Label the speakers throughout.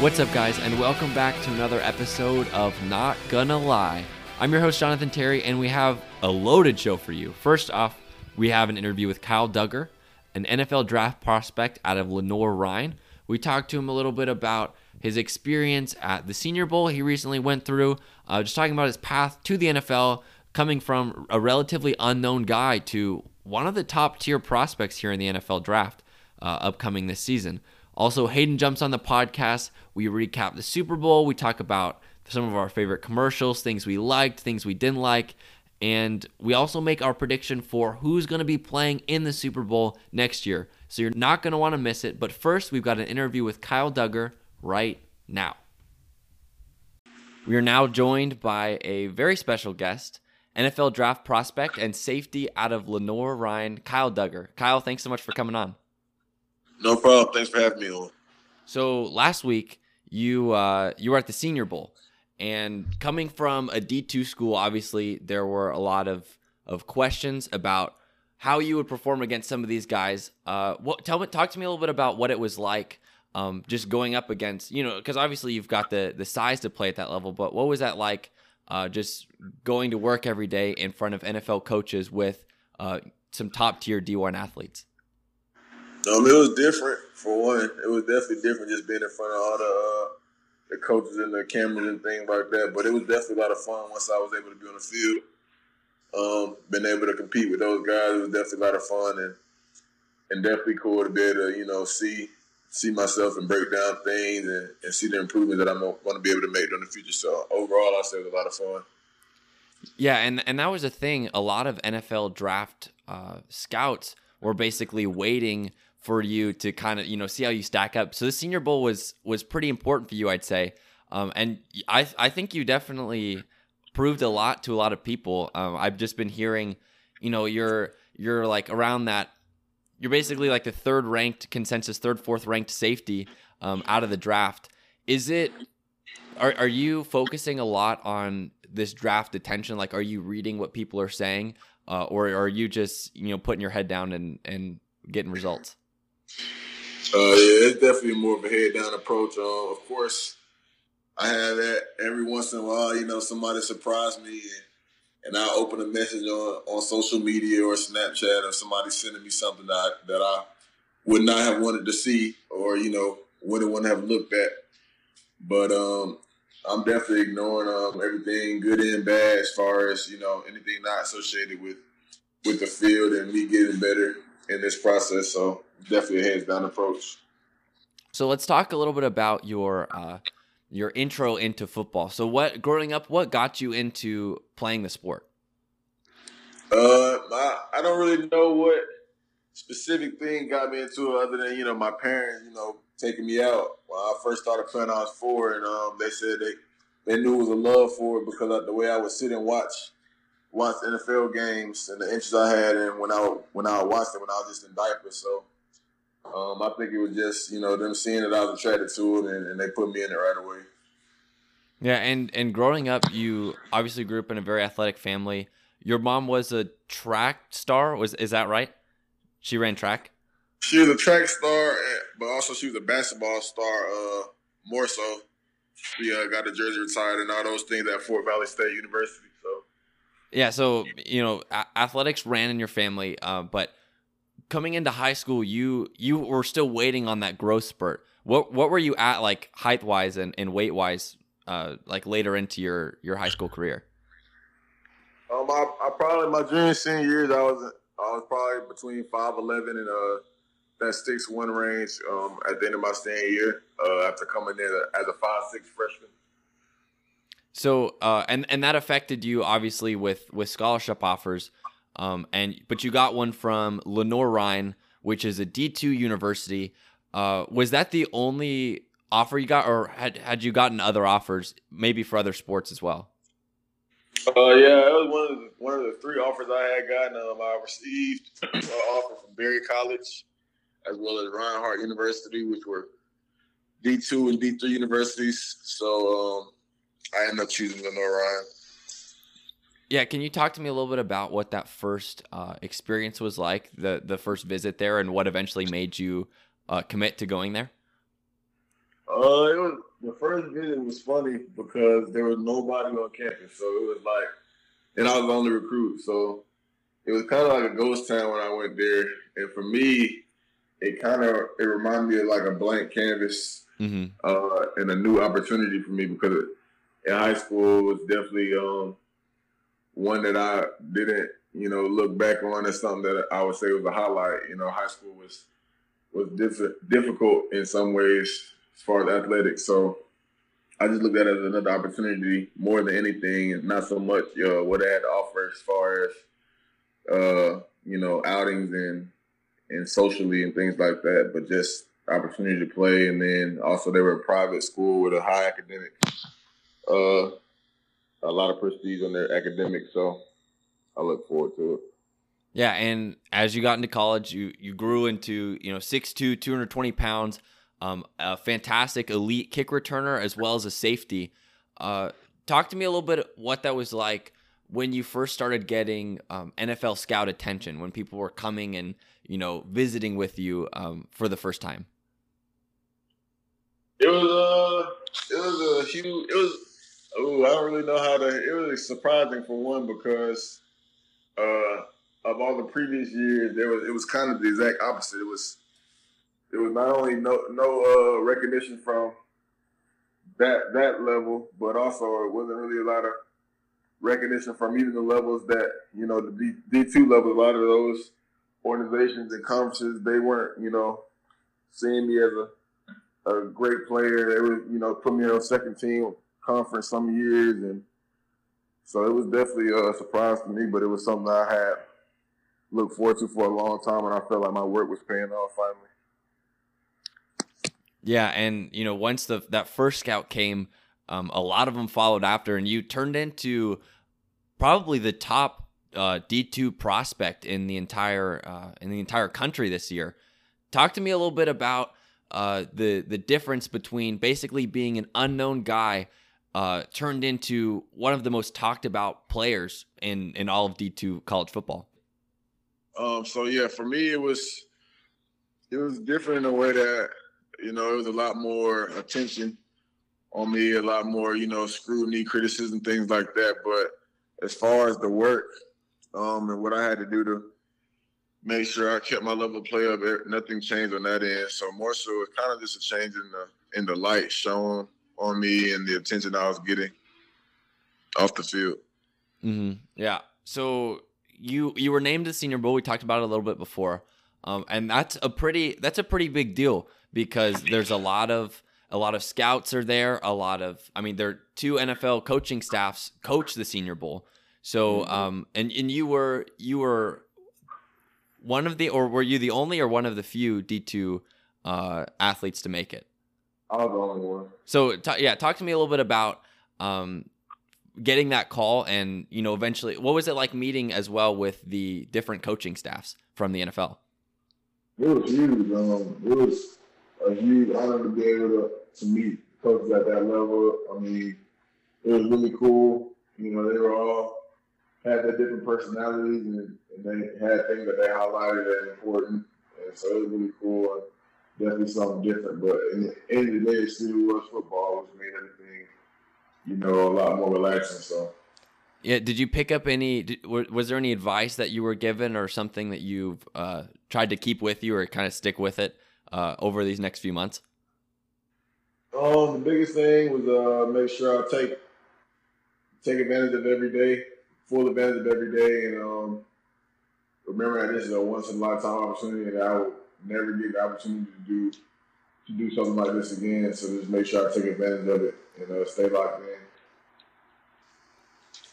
Speaker 1: What's up, guys, and welcome back to another episode of Not Gonna Lie. I'm your host, Jonathan Terry, and we have a loaded show for you. First off, we have an interview with Kyle Duggar, an NFL draft prospect out of Lenore Rhine. We talked to him a little bit about his experience at the Senior Bowl he recently went through, uh, just talking about his path to the NFL, coming from a relatively unknown guy to one of the top tier prospects here in the NFL draft uh, upcoming this season. Also, Hayden jumps on the podcast. We recap the Super Bowl. We talk about some of our favorite commercials, things we liked, things we didn't like. And we also make our prediction for who's going to be playing in the Super Bowl next year. So you're not going to want to miss it. But first, we've got an interview with Kyle Duggar right now. We are now joined by a very special guest, NFL draft prospect and safety out of Lenore Ryan, Kyle Duggar. Kyle, thanks so much for coming on.
Speaker 2: No problem. Thanks for having me on.
Speaker 1: So last week you uh, you were at the Senior Bowl, and coming from a D two school, obviously there were a lot of of questions about how you would perform against some of these guys. Uh, what tell me talk to me a little bit about what it was like. Um, just going up against you know because obviously you've got the the size to play at that level, but what was that like? Uh, just going to work every day in front of NFL coaches with uh, some top tier D one athletes.
Speaker 2: Um, it was different for one. It was definitely different just being in front of all the uh, the coaches and the cameras and things like that. But it was definitely a lot of fun once I was able to be on the field. Um, been able to compete with those guys. It was definitely a lot of fun and and definitely cool to be able to you know see see myself and break down things and, and see the improvement that I'm going to be able to make in the future. So overall, I say it was a lot of fun.
Speaker 1: Yeah, and and that was a thing. A lot of NFL draft uh, scouts were basically waiting for you to kind of you know see how you stack up. So the Senior Bowl was was pretty important for you, I'd say. Um, and I I think you definitely proved a lot to a lot of people. Um, I've just been hearing, you know, you're you're like around that. You're basically like the third ranked consensus, third fourth ranked safety um, out of the draft. Is it are, are you focusing a lot on this draft attention? Like, are you reading what people are saying, uh, or are you just you know putting your head down and and getting results?
Speaker 2: Uh, yeah, it's definitely more of a head down approach. Uh, of course, I have that every once in a while. You know, somebody surprised me, and, and I open a message on, on social media or Snapchat, or somebody sending me something that I, that I would not have wanted to see, or you know, wouldn't want to have looked at. But um, I'm definitely ignoring um, everything, good and bad, as far as you know, anything not associated with with the field and me getting better in this process. So definitely a hands down approach.
Speaker 1: So let's talk a little bit about your uh, your intro into football. So what growing up, what got you into playing the sport?
Speaker 2: Uh, I, I don't really know what specific thing got me into it, other than you know my parents, you know, taking me out when I first started playing. I was four, and um, they said they they knew it was a love for it because of the way I would sit and watch watch NFL games and the interest I had, and when I would- when I would watch it when I was just in diapers. So um, I think it was just you know them seeing that I was attracted to it, and, and they put me in it right away.
Speaker 1: Yeah, and and growing up, you obviously grew up in a very athletic family. Your mom was a track star. Was is that right? She ran track.
Speaker 2: She was a track star, eh, but also she was a basketball star. Uh, more so, she uh, got the jersey retired and all those things at Fort Valley State University. So
Speaker 1: Yeah, so you know, a- athletics ran in your family, uh, but coming into high school, you you were still waiting on that growth spurt. What what were you at like height wise and, and weight wise, uh, like later into your your high school career?
Speaker 2: Um, I, I probably my junior senior years, I was I was probably between five eleven and uh that six one range. Um, at the end of my senior year, uh, after coming in as a five six freshman.
Speaker 1: So uh, and and that affected you obviously with with scholarship offers, um, and but you got one from Lenore Rhine, which is a D two university. Uh, was that the only offer you got, or had had you gotten other offers, maybe for other sports as well?
Speaker 2: Uh, yeah, that was one of the, one of the three offers I had gotten. Um, I received uh, an offer from Berry College, as well as Reinhardt University, which were D two and D three universities. So um, I ended up choosing Lenore Ryan.
Speaker 1: Yeah, can you talk to me a little bit about what that first uh, experience was like, the the first visit there, and what eventually made you uh, commit to going there?
Speaker 2: Uh, it was the first visit was funny because there was nobody on campus, so it was like, and I was the only recruit, so it was kind of like a ghost town when I went there. And for me, it kind of it reminded me of like a blank canvas
Speaker 1: Mm-hmm.
Speaker 2: uh, and a new opportunity for me because in high school it was definitely um, one that I didn't, you know, look back on as something that I would say was a highlight. You know, high school was was diff- difficult in some ways as far as athletics, so I just looked at it as another opportunity more than anything, and not so much uh, what I had to offer as far as uh, you know outings and and socially and things like that, but just opportunity to play. And then also they were a private school with a high academic, uh, a lot of prestige on their academics. So I look forward to it.
Speaker 1: Yeah, and as you got into college, you you grew into you know 6'2", 220 pounds, um, a fantastic elite kick returner as well as a safety. Uh, talk to me a little bit what that was like when you first started getting um, NFL scout attention when people were coming and you know visiting with you um, for the first time.
Speaker 2: It was uh, it was a huge. It was. Ooh, I don't really know how to. It was surprising for one because, uh, of all the previous years, there was it was kind of the exact opposite. It was, it was not only no no uh recognition from that that level, but also it wasn't really a lot of recognition from even the levels that you know the D two level. A lot of those organizations and conferences they weren't you know seeing me as a a great player. They were, you know, put me on second team conference some years, and so it was definitely a surprise to me. But it was something that I had looked forward to for a long time, and I felt like my work was paying off finally.
Speaker 1: Yeah, and you know, once the that first scout came, um, a lot of them followed after, and you turned into probably the top uh, D two prospect in the entire uh, in the entire country this year. Talk to me a little bit about uh, the the difference between basically being an unknown guy uh, turned into one of the most talked about players in in all of D two college football.
Speaker 2: Um, so yeah, for me it was it was different in a way that you know it was a lot more attention on me, a lot more you know scrutiny, criticism, things like that. But as far as the work um, and what I had to do to make sure I kept my level of play up, eh, nothing changed on that end. So more so, it's kind of just a change in the in the light shown on me and the attention I was getting off the field.
Speaker 1: hmm Yeah. So you you were named a Senior Bowl. We talked about it a little bit before, um, and that's a pretty that's a pretty big deal because there's a lot of a lot of scouts are there. A lot of I mean, there are two NFL coaching staffs coach the Senior Bowl. So um, and and you were you were one of the or were you the only or one of the few D two uh, athletes to make it?
Speaker 2: I was the only one.
Speaker 1: So t- yeah, talk to me a little bit about um, getting that call, and you know, eventually, what was it like meeting as well with the different coaching staffs from the NFL?
Speaker 2: It was huge. Um, it was a huge honor to be able to, to meet coaches at that level. I mean, it was really cool. You know, they were all had their different personalities and, and they had things that they highlighted as important. And so it was really cool and definitely something different. But in the end of the day, it still was football, which made everything, you know, a lot more relaxing. So.
Speaker 1: Yeah, did you pick up any? Did, wa- was there any advice that you were given, or something that you've uh, tried to keep with you, or kind of stick with it uh, over these next few months?
Speaker 2: Um, the biggest thing was uh make sure I take take advantage of every day, full advantage of every day, and um remember that this is a once in a lifetime opportunity, and I will never get the opportunity to do to do something like this again. So just make sure I take advantage of it and uh, stay locked in.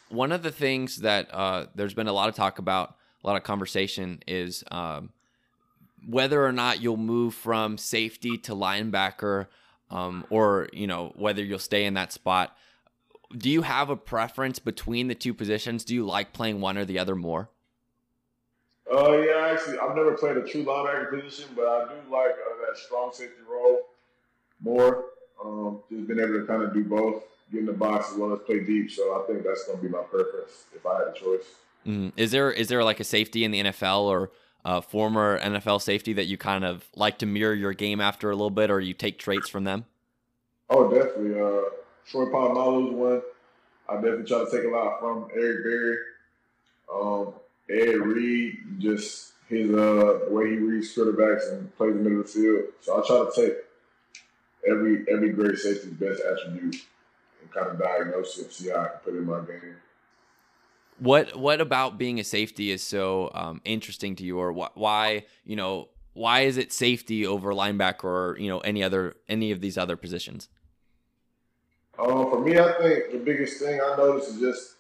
Speaker 1: one of the things that uh, there's been a lot of talk about, a lot of conversation is um, whether or not you'll move from safety to linebacker, um, or you know whether you'll stay in that spot. Do you have a preference between the two positions? Do you like playing one or the other more?
Speaker 2: Uh, yeah, actually, I've never played a true linebacker position, but I do like uh, that strong safety role more. Um, just been able to kind of do both, get in the box as well as play deep. So I think that's going to be my preference if I had a choice.
Speaker 1: Mhm. Is there is there like a safety in the NFL or uh, former NFL safety that you kind of like to mirror your game after a little bit, or you take traits from them?
Speaker 2: Oh, definitely. Uh, Troy Polamalu's one. I definitely try to take a lot from Eric Berry. Um, Ed Reed, just his uh, the way he reads quarterbacks and plays in the middle of the field. So I try to take every every great safety's best attribute and kind of diagnose it, see how I can put it in my game.
Speaker 1: What what about being a safety is so um, interesting to you, or wh- why you know why is it safety over linebacker or you know any other any of these other positions?
Speaker 2: Um, for me, I think the biggest thing I noticed is just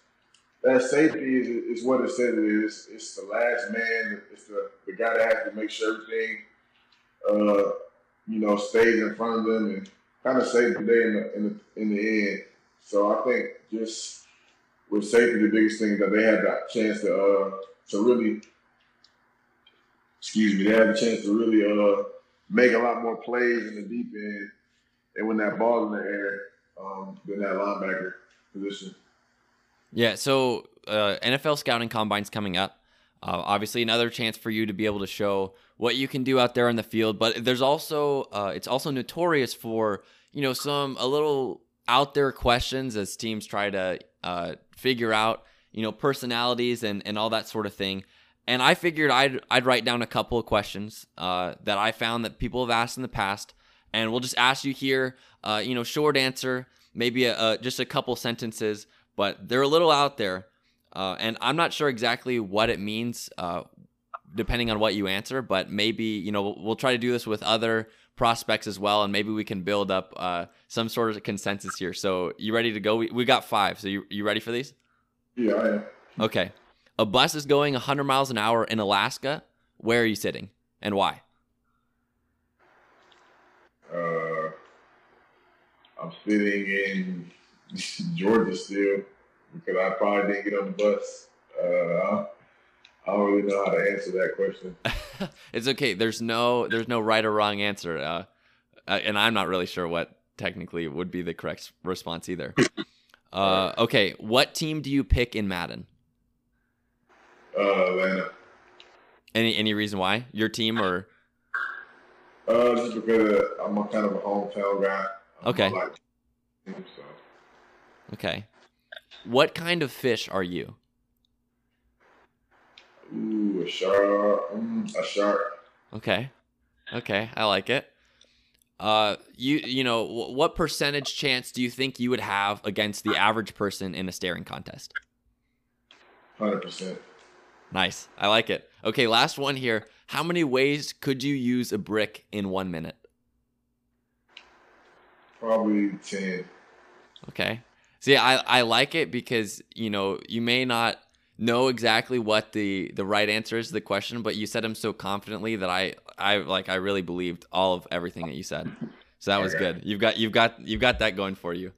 Speaker 2: that safety is, is what it says it is. It's the last man. It's the, the guy that has to make sure everything, uh, you know, stays in front of them and kind of saves the day in the, in the in the end. So I think just with safety, the biggest thing is that they had that chance to uh, to really, excuse me, they had the chance to really uh, make a lot more plays in the deep end, and when that ball's in the air, um, than that linebacker position.
Speaker 1: Yeah, so uh, NFL scouting combine's coming up. Uh, obviously, another chance for you to be able to show what you can do out there on the field. But there's also uh, it's also notorious for you know some a little out there questions as teams try to uh, figure out you know personalities and and all that sort of thing. And I figured I'd I'd write down a couple of questions uh, that I found that people have asked in the past, and we'll just ask you here. Uh, you know, short answer, maybe a, a, just a couple sentences, but they're a little out there, uh, and I'm not sure exactly what it means. Uh, depending on what you answer but maybe you know we'll, we'll try to do this with other prospects as well and maybe we can build up uh, some sort of consensus here so you ready to go we, we got five so you, you ready for these
Speaker 2: Yeah, I am.
Speaker 1: okay a bus is going 100 miles an hour in alaska where are you sitting and why
Speaker 2: Uh, I'm sitting in Georgia still because I probably didn't get on the bus. Uh, I I don't really know how to answer that question.
Speaker 1: it's okay there's no there's no right or wrong answer uh, uh, and i'm not really sure what technically would be the correct response either uh, okay what team do you pick in madden
Speaker 2: Uh, Atlanta.
Speaker 1: any any reason why your team or
Speaker 2: Uh, just because uh, I'm a kind of a hometown guy. I'm
Speaker 1: Okay.
Speaker 2: Like, so,
Speaker 1: okay what kind of fish are you
Speaker 2: ooh, a shark. Mm, a shark.
Speaker 1: Okay. Okay, I like it. Uh you you know, wh- what percentage chance do you think you would have against the average person in a staring contest?
Speaker 2: 100%.
Speaker 1: Nice. I like it. Okay, last one here. How many ways could you use a brick in 1 minute?
Speaker 2: Probably 10.
Speaker 1: Okay. See, I I like it because, you know, you may not know exactly what the the right answer is to the question, but you said them so confidently that I I like I really believed all of everything that you said. So that was
Speaker 2: Okay.
Speaker 1: good. You've got you've got you've got that going for you.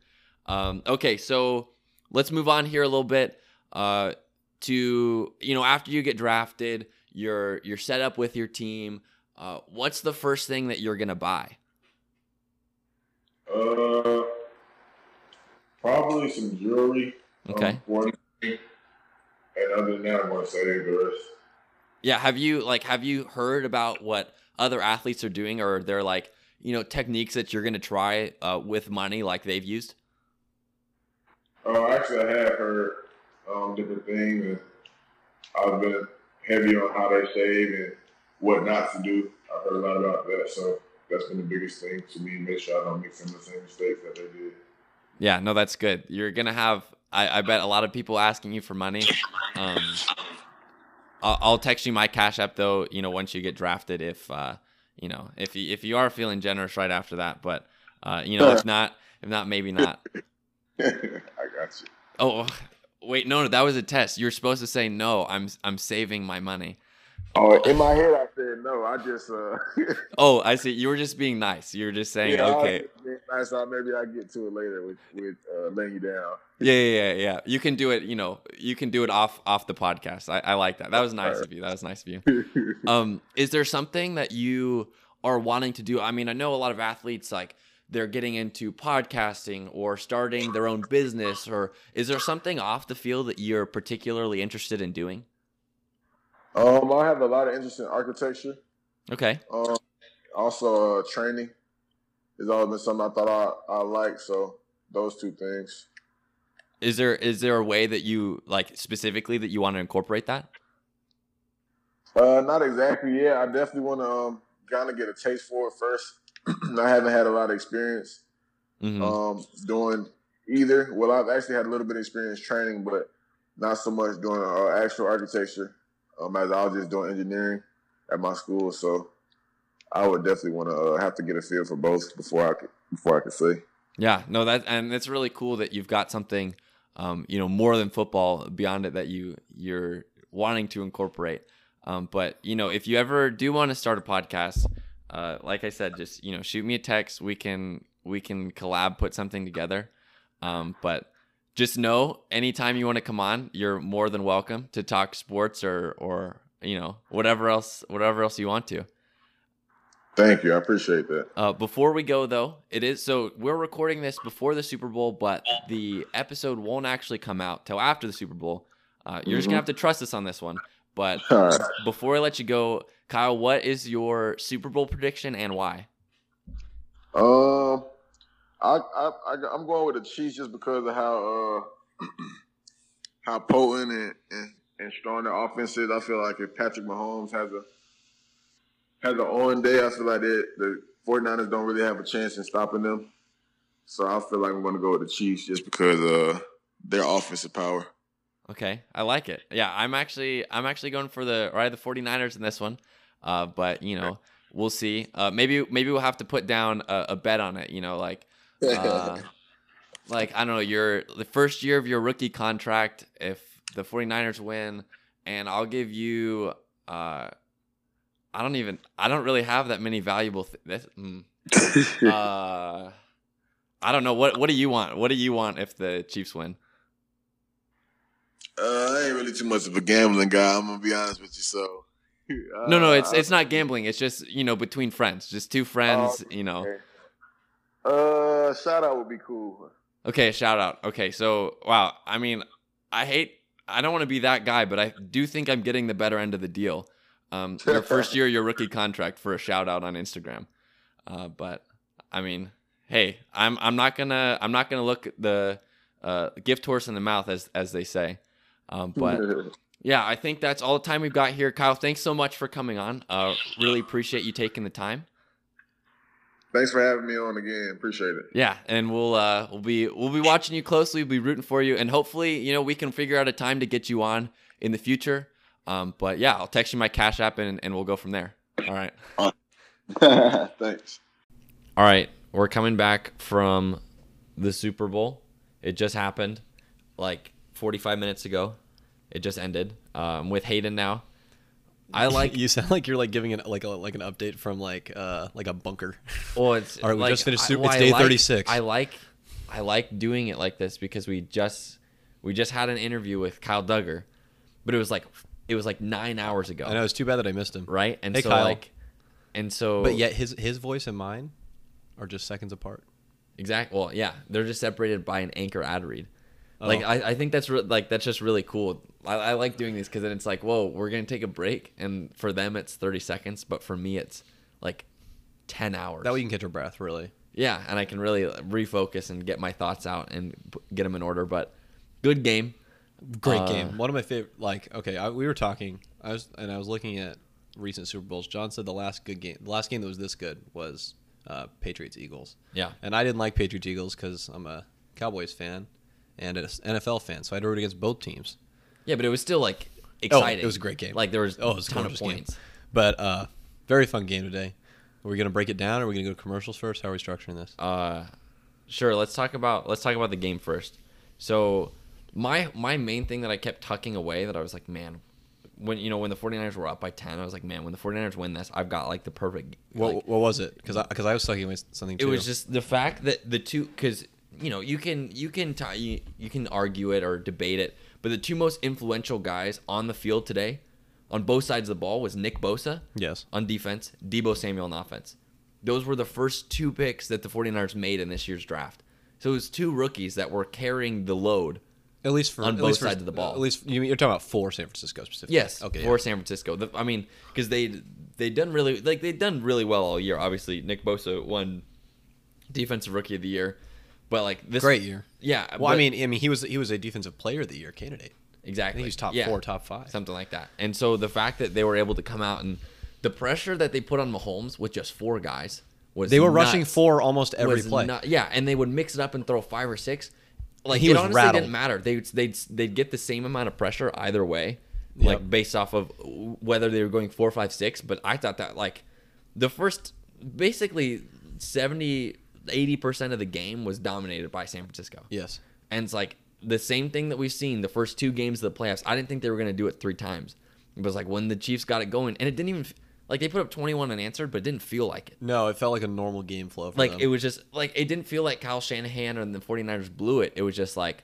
Speaker 1: Um, okay, so let's move on here a little bit uh, to you know after you get drafted, you're you're set up with your team. Uh, what's the first thing that you're gonna buy?
Speaker 2: Uh, probably some jewelry.
Speaker 1: Okay.
Speaker 2: Um, one thing. And other than that, I'm gonna say the rest.
Speaker 1: Yeah, have you like have you heard about what other athletes are doing or they're like, you know, techniques that you're going to try uh, with money like they've used?
Speaker 2: Uh, actually, I have heard um, different things, and I've been heavy on how they shave and what not to do. I've heard a lot about that, so that's been the biggest thing to me. Make sure I don't make some of the same mistakes that they did.
Speaker 1: Yeah, no that's good. You're going to have I, I bet a lot of people asking you for money. Um I'll, I'll text you my cash app though, you know, once you get drafted if uh, you know, if you if you are feeling generous right after that, but uh, you know, if not, if not maybe not.
Speaker 2: I got you.
Speaker 1: Oh, wait, no, no, that was a test. You're supposed to say no. I'm I'm saving my money.
Speaker 2: Oh, in my head, I said no. I just uh,
Speaker 1: Oh, I see. You were just being nice. You were just saying, okay,
Speaker 2: I, thought maybe I get to it later with with uh, laying you down.
Speaker 1: yeah, yeah, yeah, yeah. You can do it. You know, you can do it off off the podcast. I, I like that. That was nice of you. That was nice of you. Um, is there something that you are wanting to do? I mean, I know a lot of athletes like they're getting into podcasting or starting their own business. Or is there something off the field that you're particularly interested in doing?
Speaker 2: um, I have a lot of interest in architecture.
Speaker 1: Okay.
Speaker 2: Um, also uh, training. it's always been something I thought I I liked. So those two things.
Speaker 1: Is there is there a way that you like specifically that you want to incorporate that?
Speaker 2: Uh, not exactly. Yeah, I definitely want to um, kind of get a taste for it first. I haven't had a lot of experience
Speaker 1: Mhm.
Speaker 2: um, doing either. Well, I've actually had a little bit of experience training, but not so much doing uh, actual architecture. Um, as I was just doing engineering at my school, so I would definitely want to uh, have to get a feel for both before I could before I could say.
Speaker 1: Yeah, no, that and it's really cool that you've got something, um, you know, more than football beyond it that you you're wanting to incorporate. Um, but you know, if you ever do want to start a podcast, uh, like I said, just you know, shoot me a text. We can we can collab, put something together. Um, but just know, anytime you want to come on, you're more than welcome to talk sports or or you know whatever else whatever else you want to.
Speaker 2: Thank you, I appreciate that.
Speaker 1: Uh, before we go, though, it is so we're recording this before the Super Bowl, but the episode won't actually come out till after the Super Bowl. Uh, you're just gonna
Speaker 2: Mhm.
Speaker 1: have to trust us on this one. But
Speaker 2: All right.
Speaker 1: before I let you go, Kyle, what is your Super Bowl prediction and why?
Speaker 2: Um, I, I, I I'm going with the Chiefs just because of how uh how potent and, and and strong their offense is. I feel like if Patrick Mahomes has a has an on day, I feel like they, the 49ers don't really have a chance in stopping them. So I feel like I'm going to go with the Chiefs just because uh their offensive power.
Speaker 1: Okay, I like it. Yeah, I'm actually I'm actually going for the right the 49ers in this one. Uh, but you know, we'll see. Uh, maybe maybe we'll have to put down a, a bet on it. You know, like uh, like I don't know, your the first year of your rookie contract if the 49ers win and I'll give you uh I don't even I don't really have that many valuable th- that's, mm, uh I don't know what what do you want? What do you want if the Chiefs win?
Speaker 2: Uh, I ain't really too much of a gambling guy. I'm gonna be honest with you. So
Speaker 1: No, no, it's
Speaker 2: Uh,
Speaker 1: it's not gambling. It's just, you know, between friends, just two friends, you know.
Speaker 2: Uh, shout out would be cool.
Speaker 1: Okay, shout out. Okay, so wow, I mean, I hate I don't want to be that guy, but I do think I'm getting the better end of the deal. Um, your first year, your rookie contract for a shout out on Instagram. Uh, but I mean, hey, I'm I'm not gonna I'm not gonna look the uh, gift horse in the mouth as as they say. Um,
Speaker 2: Mm-hmm.
Speaker 1: but yeah, I think that's all the time we've got here, Kyle. Thanks so much for coming on. Uh, really appreciate you taking the time.
Speaker 2: Thanks for having me on again. Appreciate it.
Speaker 1: Yeah, and we'll uh, we'll be we'll be watching you closely. We'll be rooting for you, and hopefully, you know, we can figure out a time to get you on in the future. Um, but yeah, I'll text you my Cash App, and and we'll go from there. All right.
Speaker 2: Thanks.
Speaker 1: All right, we're coming back from the Super Bowl. It just happened, like 45 minutes ago. It just ended. Um, with Hayden now. I like.
Speaker 3: you sound like you're like giving an like a like an update from like uh like a bunker.
Speaker 1: Well, it's
Speaker 3: All right, we
Speaker 1: like,
Speaker 3: just finished
Speaker 1: I-
Speaker 3: Super-
Speaker 1: well,
Speaker 3: it's
Speaker 1: I
Speaker 3: day
Speaker 1: like-
Speaker 3: 36.
Speaker 1: I like, I like doing it like this because we just, we just had an interview with Kyle Duggar, but it was like, it was like nine hours ago,
Speaker 3: I know it's too bad that I missed him.
Speaker 1: right? And
Speaker 3: Hey,
Speaker 1: so
Speaker 3: Kyle.
Speaker 1: like, and so
Speaker 3: But yet his his voice and mine are just seconds apart.
Speaker 1: exactly. Well, yeah, they're just separated by an anchor ad read. Like
Speaker 3: Oh.
Speaker 1: I, I think that's re- like that's just really cool. I, I like doing these because then it's like, whoa, we're gonna take a break, and for them it's thirty seconds, but for me it's like ten hours.
Speaker 3: That way you can catch your breath, really.
Speaker 1: yeah, and I can really refocus and get my thoughts out and p- get them in order. But good game.
Speaker 3: Great
Speaker 1: Uh,
Speaker 3: game. One of my favorite. Like, okay, I, we were talking. I was and I was looking at recent Super Bowls. John said the last good game, the last game that was this good was uh, Patriots Eagles.
Speaker 1: Yeah.
Speaker 3: And I didn't like Patriots Eagles because I'm a Cowboys fan and an NFL fan, so I had to root against both teams.
Speaker 1: Yeah, but Oh, it was still like exciting.
Speaker 3: it was a great game.
Speaker 1: Like there was
Speaker 3: Oh, it was
Speaker 1: a ton of
Speaker 3: gorgeous game.
Speaker 1: points.
Speaker 3: But uh, very fun game today. Are we gonna break it down? Or are we gonna go to commercials first? How are we structuring this?
Speaker 1: Uh, sure. Let's talk about let's talk about the game first. So my my main thing that I kept tucking away that I was like, man, when you know when the 49ers were up by 10, I was like, man, when the 49ers win this, I've got like the perfect.
Speaker 3: what,
Speaker 1: like,
Speaker 3: what was it? Because I, 'cause I was talking about something.
Speaker 1: it
Speaker 3: too.
Speaker 1: was just the fact that the two because you know you can you can t- you, you can argue it or debate it but the two most influential guys on the field today on both sides of the ball was nick bosa
Speaker 3: Yes.
Speaker 1: on defense debo samuel on offense those were the first two picks that the 49ers made in this year's draft so it was two rookies that were carrying the load
Speaker 3: at least for
Speaker 1: on
Speaker 3: at
Speaker 1: both
Speaker 3: least for-
Speaker 1: sides of the ball.
Speaker 3: At least you mean, you're talking about for San Francisco specifically.
Speaker 1: Yes.
Speaker 3: Okay.
Speaker 1: For
Speaker 3: yeah.
Speaker 1: San Francisco, the, I mean, because they they done really like they done really well all year. Obviously, Nick Bosa won defensive rookie of the year. But like this,
Speaker 3: Great year.
Speaker 1: Yeah.
Speaker 3: Well, I
Speaker 1: but-
Speaker 3: mean, I mean, he was he was a defensive player of the year candidate.
Speaker 1: Exactly.
Speaker 3: I think he was top
Speaker 1: Yeah.
Speaker 3: four, top five.
Speaker 1: Something like that. And so the fact that they were able to come out and the pressure that they put on Mahomes with just four guys was
Speaker 3: they were
Speaker 1: nuts.
Speaker 3: rushing four almost every
Speaker 1: Was
Speaker 3: play.
Speaker 1: nu- yeah, and they would mix it up and throw five or six. Like
Speaker 3: He
Speaker 1: it
Speaker 3: was
Speaker 1: honestly
Speaker 3: rattled.
Speaker 1: didn't matter. They they'd they'd get the same amount of pressure either way,
Speaker 3: Yep.
Speaker 1: like based off of whether they were going four, five, six. But I thought that like the first basically 70 80 percent of the game was dominated by San Francisco.
Speaker 3: yes.
Speaker 1: And it's like the same thing that we've seen the first two games of the playoffs. I didn't think they were going to do it three times. It was like when the Chiefs got it going, and it didn't even f- like they put up 21 unanswered, but it didn't feel like it.
Speaker 3: No, it felt like a normal game flow. For
Speaker 1: Like
Speaker 3: them.
Speaker 1: it was just like it didn't feel like Kyle Shanahan and the 49ers blew it. It was just like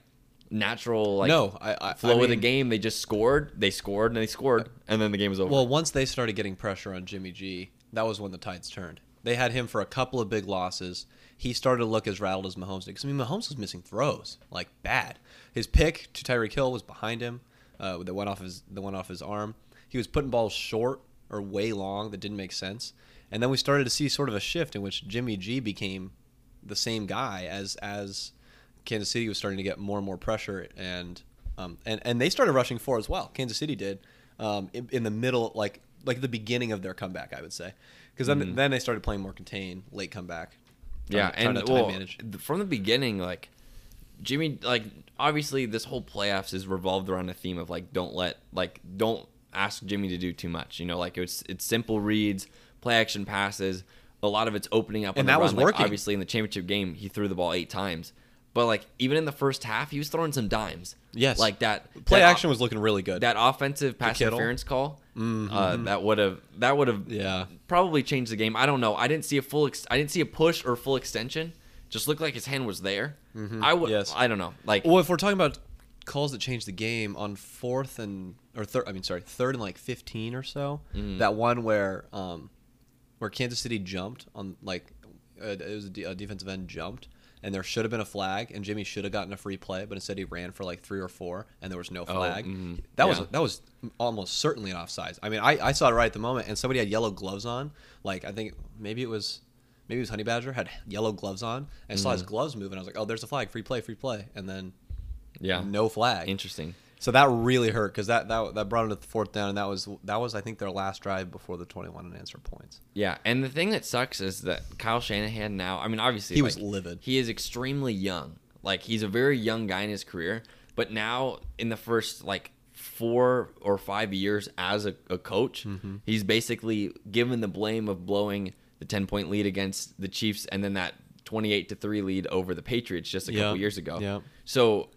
Speaker 1: natural like
Speaker 3: no, I, I
Speaker 1: flow of
Speaker 3: I
Speaker 1: the
Speaker 3: mean,
Speaker 1: game. They just scored, they scored, and they scored, and then the game was over.
Speaker 3: Well, once they started getting pressure on Jimmy G, that was when the tides turned. They had him for a couple of big losses. He started to look as rattled as Mahomes did. Because, I mean, Mahomes was missing throws, like bad. His pick to Tyreek Hill was behind him, uh, that went off his that went off his arm. He was putting balls short or way long that didn't make sense. And then we started to see sort of a shift in which Jimmy G became the same guy as as Kansas City was starting to get more and more pressure, and um, and and they started rushing four as well. Kansas City did um, in, in the middle, like like the beginning of their comeback, I would say, because then then they started playing more contained, late comeback. trying
Speaker 1: Mm-hmm. yeah,
Speaker 3: to-
Speaker 1: and
Speaker 3: trying to time
Speaker 1: well,
Speaker 3: manage.
Speaker 1: th- from the beginning, like Jimmy, like obviously this whole playoffs is revolved around the theme of like don't let like don't ask Jimmy to do too much. You know, like it's it's simple reads, play action passes. A lot of it's opening up, on
Speaker 3: And
Speaker 1: the
Speaker 3: that was
Speaker 1: run. Like,
Speaker 3: working.
Speaker 1: obviously in the championship game, he threw the ball eight times, but like even in the first half, he was throwing some dimes.
Speaker 3: Yes,
Speaker 1: like that
Speaker 3: play
Speaker 1: that-
Speaker 3: action was looking really good.
Speaker 1: that offensive pass
Speaker 3: Kittle. Mm-hmm.
Speaker 1: interference call uh, that would have that would have
Speaker 3: Yeah.
Speaker 1: probably changed the game. I don't know. I didn't see a full ex- I didn't see a push or full extension. Just looked like his hand was there. I would
Speaker 3: Yes.
Speaker 1: I don't know. Like
Speaker 3: well, if we're talking about calls that changed the game on fourth and or third, I mean, sorry, third and like fifteen or so, that one where um, where Kansas City jumped on like uh, it was a, de- a defensive end jumped. And there should have been a flag, and Jimmy should have gotten a free play, but instead he ran for like three or four, and there was no flag.
Speaker 1: mhm. Yeah.
Speaker 3: That was that was almost certainly an offsides. I mean, I, I saw it right at the moment, and somebody had yellow gloves on. Like I think maybe it was maybe it was Honey Badger had yellow gloves on, and I saw his
Speaker 1: Mm-hmm.
Speaker 3: gloves move, and I was like, oh, there's a flag, free play, free play, and then
Speaker 1: yeah,
Speaker 3: no flag.
Speaker 1: interesting.
Speaker 3: So that really hurt because that, that that brought them to the fourth down, and that was that was I think their last drive before the twenty-one unanswered points.
Speaker 1: Yeah, and the thing that sucks is that Kyle Shanahan now. I mean, obviously
Speaker 3: He was
Speaker 1: like,
Speaker 3: livid.
Speaker 1: He is extremely young. Like he's a very young guy in his career, but now in the first like four or five years as a, a coach,
Speaker 3: Mm-hmm.
Speaker 1: he's basically given the blame of blowing the ten point lead against the Chiefs and then that twenty eight to three lead over the Patriots just a couple
Speaker 3: Yeah,
Speaker 1: years ago.
Speaker 3: yeah.
Speaker 1: So,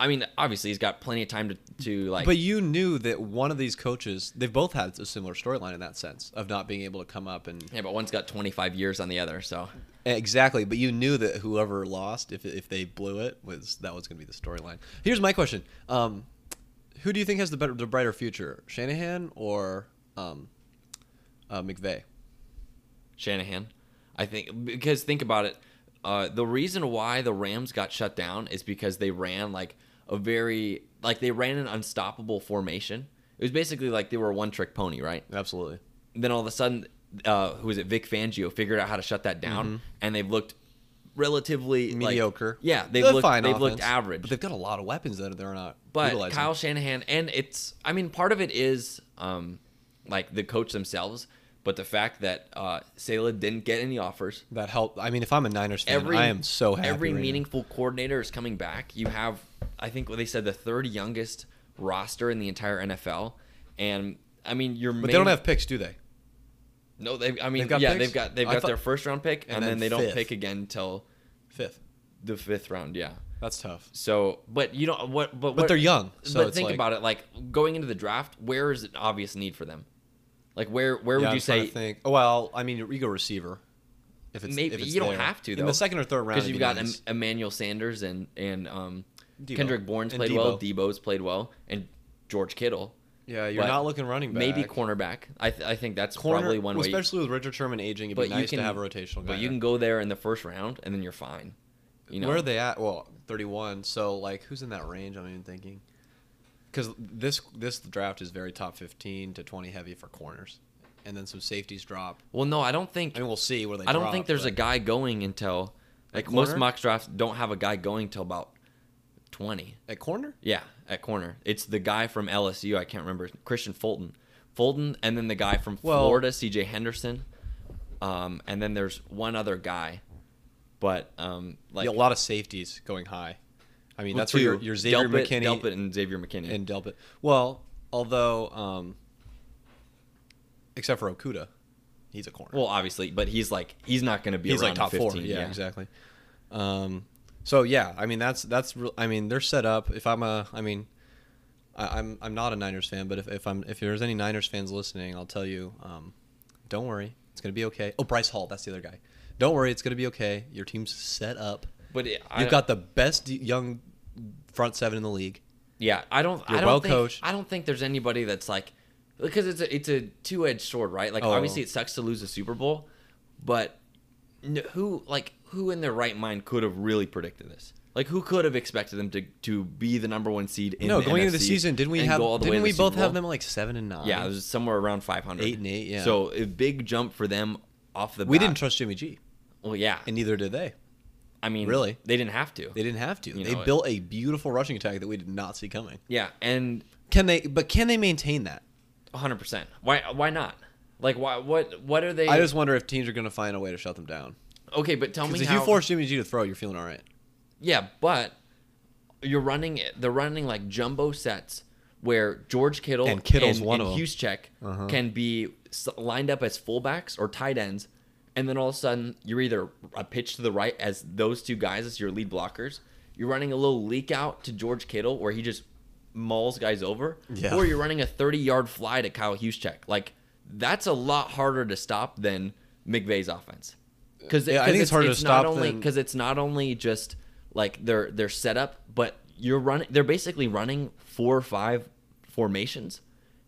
Speaker 1: I mean, obviously he's got plenty of time to to like.
Speaker 3: But you knew that one of these coaches, they've both had a similar storyline in that sense of not being able to come up and
Speaker 1: yeah, but one's got twenty five years on the other, so.
Speaker 3: Exactly, but you knew that whoever lost, if if they blew it, was that was going to be the storyline. Here's my question: um, Who do you think has the better, the brighter future, Shanahan or um, uh, McVay?
Speaker 1: Shanahan. I think because think about it, uh, the reason why the Rams got shut down is because they ran like a very like they ran an unstoppable formation. It was basically like they were a one trick pony, right?
Speaker 3: Absolutely.
Speaker 1: then all of a sudden, uh, who was it? Vic Fangio figured out how to shut that down, and they've looked relatively like-
Speaker 3: Mm-hmm. Mediocre.
Speaker 1: yeah, they've
Speaker 3: They're
Speaker 1: looked
Speaker 3: fine
Speaker 1: they've
Speaker 3: offense,
Speaker 1: looked average
Speaker 3: but they've got a lot of weapons that they're not.
Speaker 1: but
Speaker 3: utilizing.
Speaker 1: Kyle Shanahan, and it's I mean part of it is um, like the coach themselves, but the fact that uh, Sala didn't get any offers.
Speaker 3: that helped. I mean, if I'm a Niners fan,
Speaker 1: Every
Speaker 3: I am so happy.
Speaker 1: Every
Speaker 3: right now.
Speaker 1: meaningful coordinator is coming back. You have I think what they said the third youngest roster in the entire NFL, and I mean your
Speaker 3: but they don't have picks, do they?
Speaker 1: no. They I mean
Speaker 3: They've got
Speaker 1: yeah
Speaker 3: picks?
Speaker 1: they've got they've
Speaker 3: I
Speaker 1: got
Speaker 3: thought-
Speaker 1: their first round pick and,
Speaker 3: And
Speaker 1: then,
Speaker 3: then
Speaker 1: they don't
Speaker 3: fifth.
Speaker 1: pick again till
Speaker 3: Fifth.
Speaker 1: the fifth round. Yeah.
Speaker 3: That's tough.
Speaker 1: So, but you don't what, but
Speaker 3: But
Speaker 1: what-
Speaker 3: they're young, so
Speaker 1: but
Speaker 3: it's
Speaker 1: think
Speaker 3: like-
Speaker 1: about it. Like going into the draft, where is an obvious need for them? Like where where
Speaker 3: Yeah,
Speaker 1: would
Speaker 3: I'm
Speaker 1: you
Speaker 3: trying to
Speaker 1: say
Speaker 3: think? Oh, well, I mean, you go receiver. If it's
Speaker 1: maybe
Speaker 3: if it's
Speaker 1: you don't
Speaker 3: there.
Speaker 1: have to though
Speaker 3: in the second or third round
Speaker 1: because
Speaker 3: it'd
Speaker 1: you've
Speaker 3: be
Speaker 1: got
Speaker 3: nice.
Speaker 1: em- Emmanuel Sanders and and um,
Speaker 3: Debo.
Speaker 1: Kendrick Bourne's
Speaker 3: And
Speaker 1: played well,
Speaker 3: Debo.
Speaker 1: Debo's played well, and George Kittle.
Speaker 3: Yeah, you're
Speaker 1: But
Speaker 3: not looking running back.
Speaker 1: Maybe cornerback. I th- I think that's
Speaker 3: corner,
Speaker 1: probably one
Speaker 3: well,
Speaker 1: way.
Speaker 3: especially with Richard Sherman aging, it'd
Speaker 1: but
Speaker 3: be nice
Speaker 1: you can
Speaker 3: to have a rotational guy.
Speaker 1: But you can go there in the first round and then you're fine. You know
Speaker 3: Where are they at? Well, 31. So like, who's in that range? I'm even thinking, because this this draft is very top 15 to 20 heavy for corners, and then some safeties drop.
Speaker 1: Well, no, I don't think.
Speaker 3: I mean, we'll see where they.
Speaker 1: I don't
Speaker 3: drop,
Speaker 1: think there's a
Speaker 3: but
Speaker 1: guy going until
Speaker 3: At
Speaker 1: Like most
Speaker 3: corner?
Speaker 1: mock drafts don't have a guy going till about twenty.
Speaker 3: At corner?
Speaker 1: Yeah, at corner. It's the guy from LSU. I can't remember Christian Fulton. Fulton, and then the guy from
Speaker 3: Well-
Speaker 1: Florida, C.J. Henderson. Um, and then there's one other guy, but um, like
Speaker 3: yeah, a lot of safeties going high. I mean,
Speaker 1: Well,
Speaker 3: that's where your,
Speaker 1: two.
Speaker 3: your Xavier
Speaker 1: Delpit,
Speaker 3: McKinney
Speaker 1: Delpit and Xavier McKinney.
Speaker 3: and Delpit. Well, although, um, except for Okuda, he's a corner.
Speaker 1: well, obviously, but he's like he's not going to be
Speaker 3: he's
Speaker 1: around
Speaker 3: like
Speaker 1: the 15,
Speaker 3: top four. Yeah, exactly. Um, so yeah, I mean that's that's real, I mean they're set up. If I'm a, I mean, I, I'm I'm not a Niners fan, but if, if I'm if there's any Niners fans listening, I'll tell you, um, don't worry, it's gonna be okay. Oh, Bryce Hall, that's the other guy. Don't worry, it's gonna be okay. Your team's set up.
Speaker 1: But it, I,
Speaker 3: You've got the best d- young front seven in the league.
Speaker 1: yeah. I don't. I
Speaker 3: You're
Speaker 1: don't
Speaker 3: well
Speaker 1: think,
Speaker 3: coached.
Speaker 1: I don't think there's anybody that's like because it's a it's a two edged sword, right? Like
Speaker 3: Oh.
Speaker 1: obviously it sucks to lose a Super Bowl, but n- who like who in their right mind could have really predicted this? Like who could have expected them to to be the number one seed? in
Speaker 3: no,
Speaker 1: the
Speaker 3: going into the
Speaker 1: NFC
Speaker 3: season, didn't we
Speaker 1: and
Speaker 3: have
Speaker 1: go all the way
Speaker 3: didn't
Speaker 1: to
Speaker 3: we
Speaker 1: the
Speaker 3: both
Speaker 1: Super
Speaker 3: have
Speaker 1: Bowl?
Speaker 3: them like seven and nine?
Speaker 1: Yeah, it was somewhere around 500,
Speaker 3: Eight and eight, yeah.
Speaker 1: So a big jump for them off the.
Speaker 3: we
Speaker 1: bat.
Speaker 3: didn't trust Jimmy G,
Speaker 1: Well, yeah.
Speaker 3: and neither did they.
Speaker 1: I mean,
Speaker 3: Really?
Speaker 1: they didn't have to.
Speaker 3: They didn't have to.
Speaker 1: You
Speaker 3: they
Speaker 1: know, it-
Speaker 3: built a beautiful rushing attack that we did not see coming.
Speaker 1: yeah, and
Speaker 3: Can they? But can they maintain that?
Speaker 1: 100. percent Why? Why not? Like, why? What? What are they?
Speaker 3: I just wonder if teams are going to find a way to shut them down.
Speaker 1: okay, but tell me
Speaker 3: Because if
Speaker 1: how.
Speaker 3: you force Jimmy G to throw, you're feeling all right.
Speaker 1: yeah, but you're running. They're running like jumbo sets where George Kittle
Speaker 3: And Kittle's one
Speaker 1: and
Speaker 3: of 'em. Uh-huh.
Speaker 1: Juszczyk can be s- lined up as fullbacks or tight ends, and then all of a sudden you're either a pitch to the right as those two guys as your lead blockers. You're running a little leak out to George Kittle where he just mauls guys over,
Speaker 3: Yeah.
Speaker 1: or you're running a 30 yard fly to Kyle Juszczyk. Like that's a lot harder to stop than McVay's offense. Because
Speaker 3: Yeah, I think it's harder to
Speaker 1: not
Speaker 3: stop
Speaker 1: only
Speaker 3: than-
Speaker 1: because it's not only just like their their setup, but you're running. They're basically running four or five formations,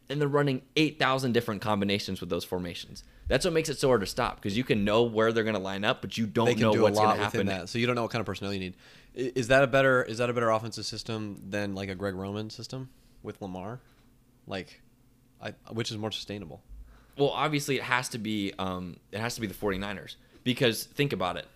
Speaker 1: and they're running eight thousand different combinations with those formations. That's what makes it so hard to stop because you can know where they're going to line up, but you
Speaker 3: They
Speaker 1: don't
Speaker 3: can
Speaker 1: know
Speaker 3: do
Speaker 1: what's
Speaker 3: a
Speaker 1: going
Speaker 3: lot
Speaker 1: to happen.
Speaker 3: within that. So you don't know what kind of personnel you need. I- Is that a better? Is that a better offensive system than like a Greg Roman system with Lamar? Like, I, which is more sustainable?
Speaker 1: Well, obviously it has to be um, it has to be the 49ers because think about it.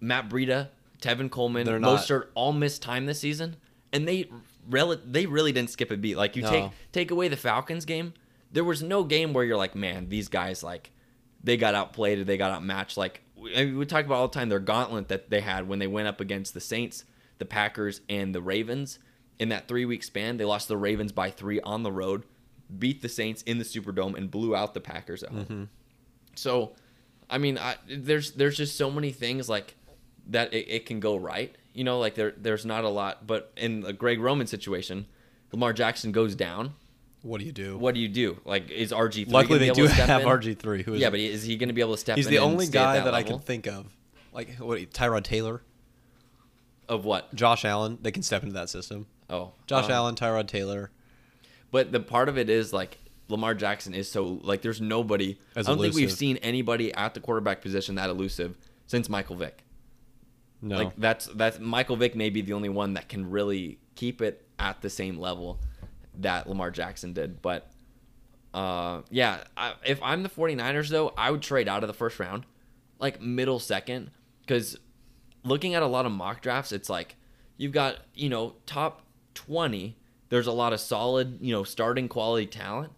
Speaker 1: Matt Breida, Tevin Coleman,
Speaker 3: They're not-
Speaker 1: Mostert all missed time this season, and they rel- they really didn't skip a beat. Like you
Speaker 3: No.
Speaker 1: take take away the Falcons game, there was no game where you're like, man, these guys like they got outplayed or they got outmatched. Like we, I mean, we talk about all the time their gauntlet that they had when they went up against the Saints, the Packers, and the Ravens. In that three week span, they lost the Ravens by three on the road, beat the Saints in the Superdome, and blew out the Packers at home. So, I mean, I, there's there's just so many things like that it, it can go right. You know, like there there's not a lot. But in the Greg Roman situation, Lamar Jackson goes down.
Speaker 3: What do you do?
Speaker 1: What do you do? Like, is RG? three gonna be
Speaker 3: Luckily, they
Speaker 1: able
Speaker 3: do
Speaker 1: to step
Speaker 3: have
Speaker 1: in?
Speaker 3: RG three. Who is
Speaker 1: Yeah, but is he going to be able to step?
Speaker 3: he's
Speaker 1: in
Speaker 3: the
Speaker 1: and
Speaker 3: only
Speaker 1: stay at
Speaker 3: guy that, I
Speaker 1: level?
Speaker 3: can think of. Like what? Tyrod Taylor,
Speaker 1: of what?
Speaker 3: Josh Allen. They can step into that system.
Speaker 1: Oh,
Speaker 3: Josh
Speaker 1: um,
Speaker 3: Allen, Tyrod Taylor.
Speaker 1: But the part of it is like Lamar Jackson is so like there's nobody.
Speaker 3: As
Speaker 1: I don't think we've
Speaker 3: elusive.
Speaker 1: seen anybody at the quarterback position that elusive since Michael Vick.
Speaker 3: No,
Speaker 1: Like that's that's Michael Vick may be the only one that can really keep it at the same level that Lamar Jackson did. But uh, yeah, I, if I'm the 49ers though, I would trade out of the first round, like middle second, because looking at a lot of mock drafts, it's like you've got you know top 20. There's a lot of solid you know starting quality talent,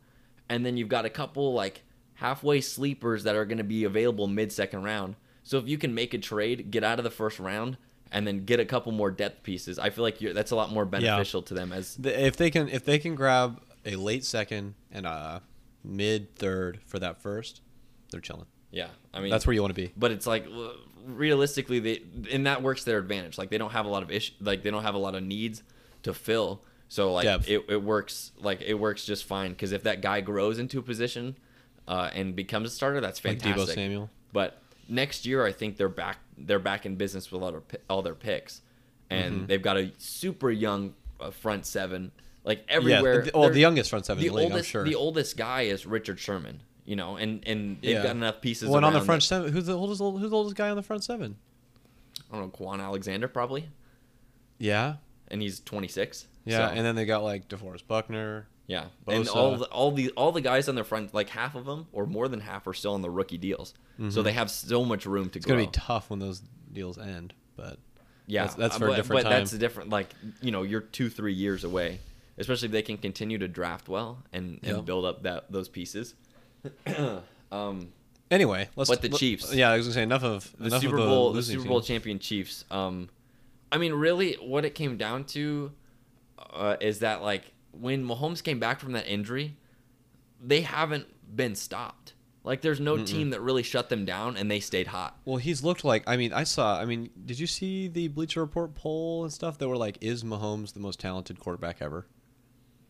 Speaker 1: and then you've got a couple like halfway sleepers that are going to be available mid second round. So if you can make a trade, get out of the first round, and then get a couple more depth pieces, I feel like you're, that's a lot more beneficial to them. As
Speaker 3: The- if they can if they can grab a late second and a mid third for that first, they're chilling.
Speaker 1: yeah, I mean
Speaker 3: That's where you want to be.
Speaker 1: but it's like l- realistically they and that works to their advantage like they don't have a lot of issue like they don't have a lot of needs to fill so like
Speaker 3: Depth.
Speaker 1: it, it works like it works just fine because if that guy grows into a position uh, and becomes a starter that's
Speaker 3: Like
Speaker 1: fantastic
Speaker 3: Debo Samuel.
Speaker 1: but next year I think they're back they're back in business with all their pi- all their picks and
Speaker 3: Mm-hmm.
Speaker 1: they've got a super young uh, front seven like everywhere
Speaker 3: th- well,
Speaker 1: they're-
Speaker 3: the youngest front seven in the league, I'm
Speaker 1: oldest
Speaker 3: sure.
Speaker 1: the oldest guy is Richard Sherman you know and and they've
Speaker 3: Yeah.
Speaker 1: got enough pieces
Speaker 3: Well, and on the
Speaker 1: around
Speaker 3: front
Speaker 1: that-
Speaker 3: seven, who's the oldest? Who's the oldest guy on the front seven?
Speaker 1: I don't know, Quan Alexander probably,
Speaker 3: Yeah,
Speaker 1: and he's 26.
Speaker 3: yeah.
Speaker 1: so,
Speaker 3: And then they got like DeForest Buckner.
Speaker 1: yeah, and
Speaker 3: Bosa.
Speaker 1: all the, all the all the guys on their front, like half of them or more than half, are still on the rookie deals. So they have so much room to
Speaker 3: Mm-hmm. It's
Speaker 1: grow.
Speaker 3: gonna be tough when those deals end, but
Speaker 1: Yeah,
Speaker 3: that's, that's
Speaker 1: uh,
Speaker 3: for
Speaker 1: but,
Speaker 3: a different
Speaker 1: but
Speaker 3: time.
Speaker 1: that's a different like you know you're two three years away, especially if they can continue to draft well and, and
Speaker 3: Yeah.
Speaker 1: build up that those pieces. um,
Speaker 3: anyway, let's.
Speaker 1: But the
Speaker 3: let-
Speaker 1: Chiefs.
Speaker 3: Yeah, I was gonna say enough of
Speaker 1: the
Speaker 3: enough
Speaker 1: Super
Speaker 3: of the
Speaker 1: Bowl, the
Speaker 3: losing
Speaker 1: Super Bowl
Speaker 3: teams.
Speaker 1: champion Chiefs. Um, I mean, really, what it came down to uh, is that like when Mahomes came back from that injury, they haven't been stopped. Like, there's no team that really shut them down, and they stayed hot.
Speaker 3: Well, he's looked like. I mean, I saw. I mean, did you see the Bleacher Report poll and stuff that were like, "Is Mahomes the most talented quarterback ever?"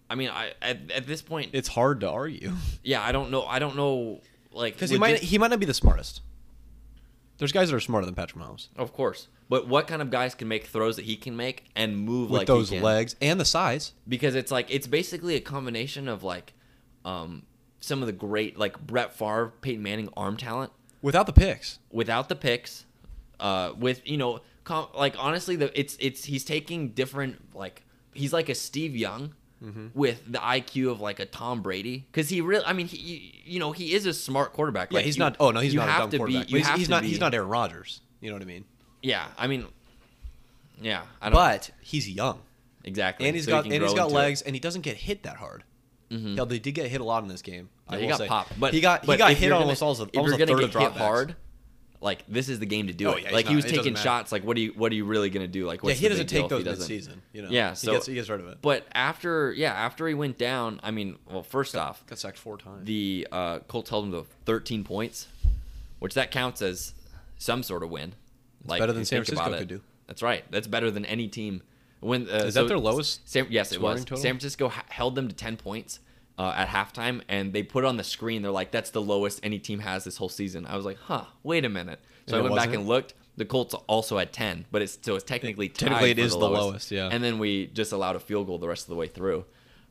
Speaker 1: I mean, I at, at this point,
Speaker 3: It's hard to argue
Speaker 1: yeah, I don't know, I don't know, like
Speaker 3: because he
Speaker 1: legit-
Speaker 3: might he might not be the smartest. There's guys that are smarter than Patrick Mahomes
Speaker 1: Of course. But what kind of guys can make throws that he can make and move
Speaker 3: with
Speaker 1: like
Speaker 3: those
Speaker 1: he can?
Speaker 3: legs and the size.
Speaker 1: Because it's like it's basically a combination of like um, some of the great like Brett Favre, Peyton Manning arm talent
Speaker 3: Without the picks,
Speaker 1: without the picks, uh, with you know com- like honestly the it's it's he's taking different like he's like a Steve Young.
Speaker 3: Mm-hmm.
Speaker 1: With the IQ of like a Tom Brady, because he really, I mean, he, you know, he is a smart quarterback.
Speaker 3: yeah,
Speaker 1: Like,
Speaker 3: he's
Speaker 1: you-
Speaker 3: not. Oh no, he's
Speaker 1: you
Speaker 3: not
Speaker 1: have
Speaker 3: a dumb
Speaker 1: to be-
Speaker 3: quarterback. But
Speaker 1: you
Speaker 3: he's,
Speaker 1: have
Speaker 3: he's
Speaker 1: to
Speaker 3: not.
Speaker 1: be-
Speaker 3: He's not Aaron Rodgers. You know what I mean?
Speaker 1: Yeah, I mean, yeah, I don't
Speaker 3: But he's young,
Speaker 1: exactly,
Speaker 3: and he's
Speaker 1: so he
Speaker 3: got
Speaker 1: can
Speaker 3: and he's
Speaker 1: grow
Speaker 3: got
Speaker 1: into it. Mm-hmm.
Speaker 3: legs, and he doesn't get hit that hard. Yeah, they did get hit a lot in this game. I
Speaker 1: Yeah, he
Speaker 3: will
Speaker 1: got
Speaker 3: say.
Speaker 1: popped, but
Speaker 3: he got
Speaker 1: but
Speaker 3: he got
Speaker 1: if
Speaker 3: hit
Speaker 1: you're
Speaker 3: almost
Speaker 1: gonna,
Speaker 3: all. If
Speaker 1: if you're
Speaker 3: almost a
Speaker 1: gonna
Speaker 3: third
Speaker 1: get
Speaker 3: of
Speaker 1: hit
Speaker 3: dropbacks.
Speaker 1: hard, like this is the game to do
Speaker 3: Oh,
Speaker 1: it.
Speaker 3: yeah, he's
Speaker 1: like he was
Speaker 3: not- it doesn't
Speaker 1: taking
Speaker 3: matter.
Speaker 1: shots. Like what do you what are you really gonna do? Like
Speaker 3: Yeah,
Speaker 1: what's
Speaker 3: he
Speaker 1: the
Speaker 3: doesn't
Speaker 1: big deal
Speaker 3: take
Speaker 1: if he
Speaker 3: those
Speaker 1: doesn't?
Speaker 3: mid-season. You know,
Speaker 1: Yeah, so
Speaker 3: he gets, he gets rid of it.
Speaker 1: But after yeah, after he went down, I mean, well, first off,
Speaker 3: Got sacked four times.
Speaker 1: the uh, Colts held him to 13 points, which that counts as some sort of win. like
Speaker 3: better than
Speaker 1: if you
Speaker 3: San
Speaker 1: think about
Speaker 3: Francisco
Speaker 1: it.
Speaker 3: could do.
Speaker 1: That's right. That's better than any team. When uh,
Speaker 3: Is that their lowest
Speaker 1: San, yes, it
Speaker 3: scoring
Speaker 1: was.
Speaker 3: total?
Speaker 1: San Francisco ha- held them to 10 points uh, at halftime, and they put on the screen. They're like, "That's the lowest any team has this whole season." I was like, "Huh? Wait a minute." So
Speaker 3: And
Speaker 1: I
Speaker 3: it
Speaker 1: went back
Speaker 3: wasn't?
Speaker 1: and looked. The Colts also had 10, but it's so it's technically tied
Speaker 3: technically it
Speaker 1: for
Speaker 3: is
Speaker 1: the
Speaker 3: the
Speaker 1: lowest.
Speaker 3: lowest, yeah.
Speaker 1: And then we just allowed a field goal the rest of the way through.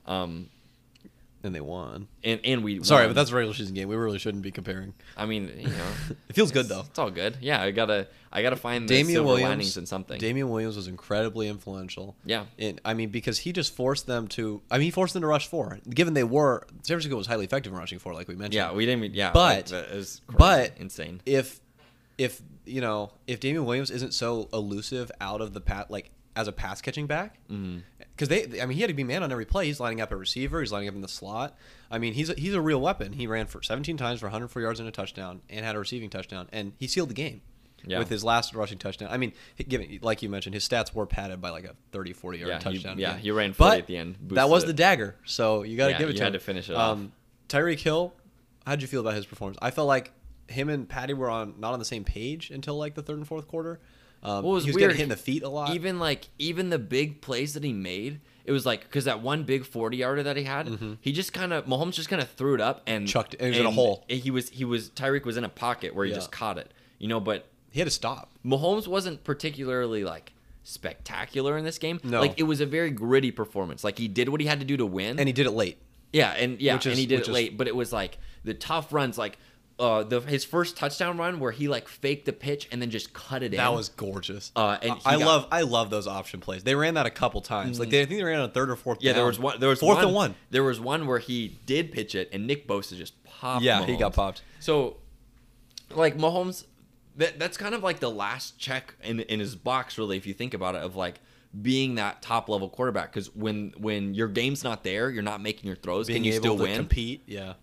Speaker 1: Um,
Speaker 3: and they won.
Speaker 1: and and we
Speaker 3: Sorry,
Speaker 1: won.
Speaker 3: but that's a regular season game. We really shouldn't be comparing.
Speaker 1: I mean, you know,
Speaker 3: It feels good,
Speaker 1: it's-
Speaker 3: though.
Speaker 1: It's all good. Yeah, I gotta, I gotta find the
Speaker 3: Damian
Speaker 1: silver
Speaker 3: Williams
Speaker 1: linings and something.
Speaker 3: Damian Williams was incredibly influential.
Speaker 1: Yeah.
Speaker 3: and I mean because he just forced them to. I mean, he forced them to rush four. Given they were San Francisco was highly effective in rushing four, like we mentioned.
Speaker 1: yeah, we didn't. Yeah,
Speaker 3: But-
Speaker 1: like, that is crazy,
Speaker 3: but
Speaker 1: insane.
Speaker 3: if if you know if Damian Williams isn't so elusive out of the pat like as a pass catching back
Speaker 1: Mm-hmm.
Speaker 3: because they I mean he had to be man on every play he's lining up a receiver he's lining up in the slot I mean he's a, he's a real weapon he ran for 17 times for 104 yards and a touchdown and had a receiving touchdown and he sealed the game
Speaker 1: Yeah.
Speaker 3: with his last rushing touchdown I mean he- given like you mentioned his stats were padded by like a 30 40 yard
Speaker 1: Yeah, he-
Speaker 3: touchdown
Speaker 1: yeah,
Speaker 3: game.
Speaker 1: he ran 40
Speaker 3: but
Speaker 1: at the end,
Speaker 3: that was
Speaker 1: boosted
Speaker 3: the
Speaker 1: it.
Speaker 3: dagger so you got to
Speaker 1: Yeah,
Speaker 3: give it
Speaker 1: you
Speaker 3: to
Speaker 1: had
Speaker 3: him Um,
Speaker 1: to finish it off.
Speaker 3: Tyreek Hill, how'd you feel about his performance? I felt like him and Patty were on not on the same page until like the third and fourth quarter. Um,
Speaker 1: What was
Speaker 3: he was
Speaker 1: weird?
Speaker 3: getting hit in the feet a lot.
Speaker 1: Even like, even the big plays that he made, it was like because that one big forty yarder that he had, he just kind of Mahomes just kind of threw it up and
Speaker 3: Mm-hmm. Chucked it. It was in a
Speaker 1: and
Speaker 3: hole.
Speaker 1: He was, he was Tyreek was in a pocket where he
Speaker 3: Yeah.
Speaker 1: just caught it, you know. But
Speaker 3: he had to stop.
Speaker 1: Mahomes wasn't particularly like spectacular in this game.
Speaker 3: No.
Speaker 1: like it was a very gritty performance. Like he did what he had to do to win,
Speaker 3: And he did it late.
Speaker 1: Yeah, and yeah,
Speaker 3: Which
Speaker 1: and
Speaker 3: is-
Speaker 1: he did
Speaker 3: which
Speaker 1: it
Speaker 3: is-
Speaker 1: late, but it was like the tough runs, like uh, the his first touchdown run where he like faked the pitch and then just cut it in.
Speaker 3: That was gorgeous.
Speaker 1: Uh, and he
Speaker 3: I I
Speaker 1: got-
Speaker 3: love I love those option plays. They ran that a couple times. Like they, I think they ran on third or fourth.
Speaker 1: yeah. There
Speaker 3: down.
Speaker 1: was one. There was
Speaker 3: fourth
Speaker 1: one,
Speaker 3: and one.
Speaker 1: There was one where he did pitch it, and Nick Bosa just popped.
Speaker 3: Yeah, he
Speaker 1: Mahomes.
Speaker 3: got popped.
Speaker 1: So, like Mahomes, that that's kind of like the last check in in his box, really, if you think about it, of like being that top level quarterback. Because when when your game's not there, you're not making your throws.
Speaker 3: Being
Speaker 1: can you
Speaker 3: able
Speaker 1: still
Speaker 3: to
Speaker 1: win?
Speaker 3: compete. Yeah.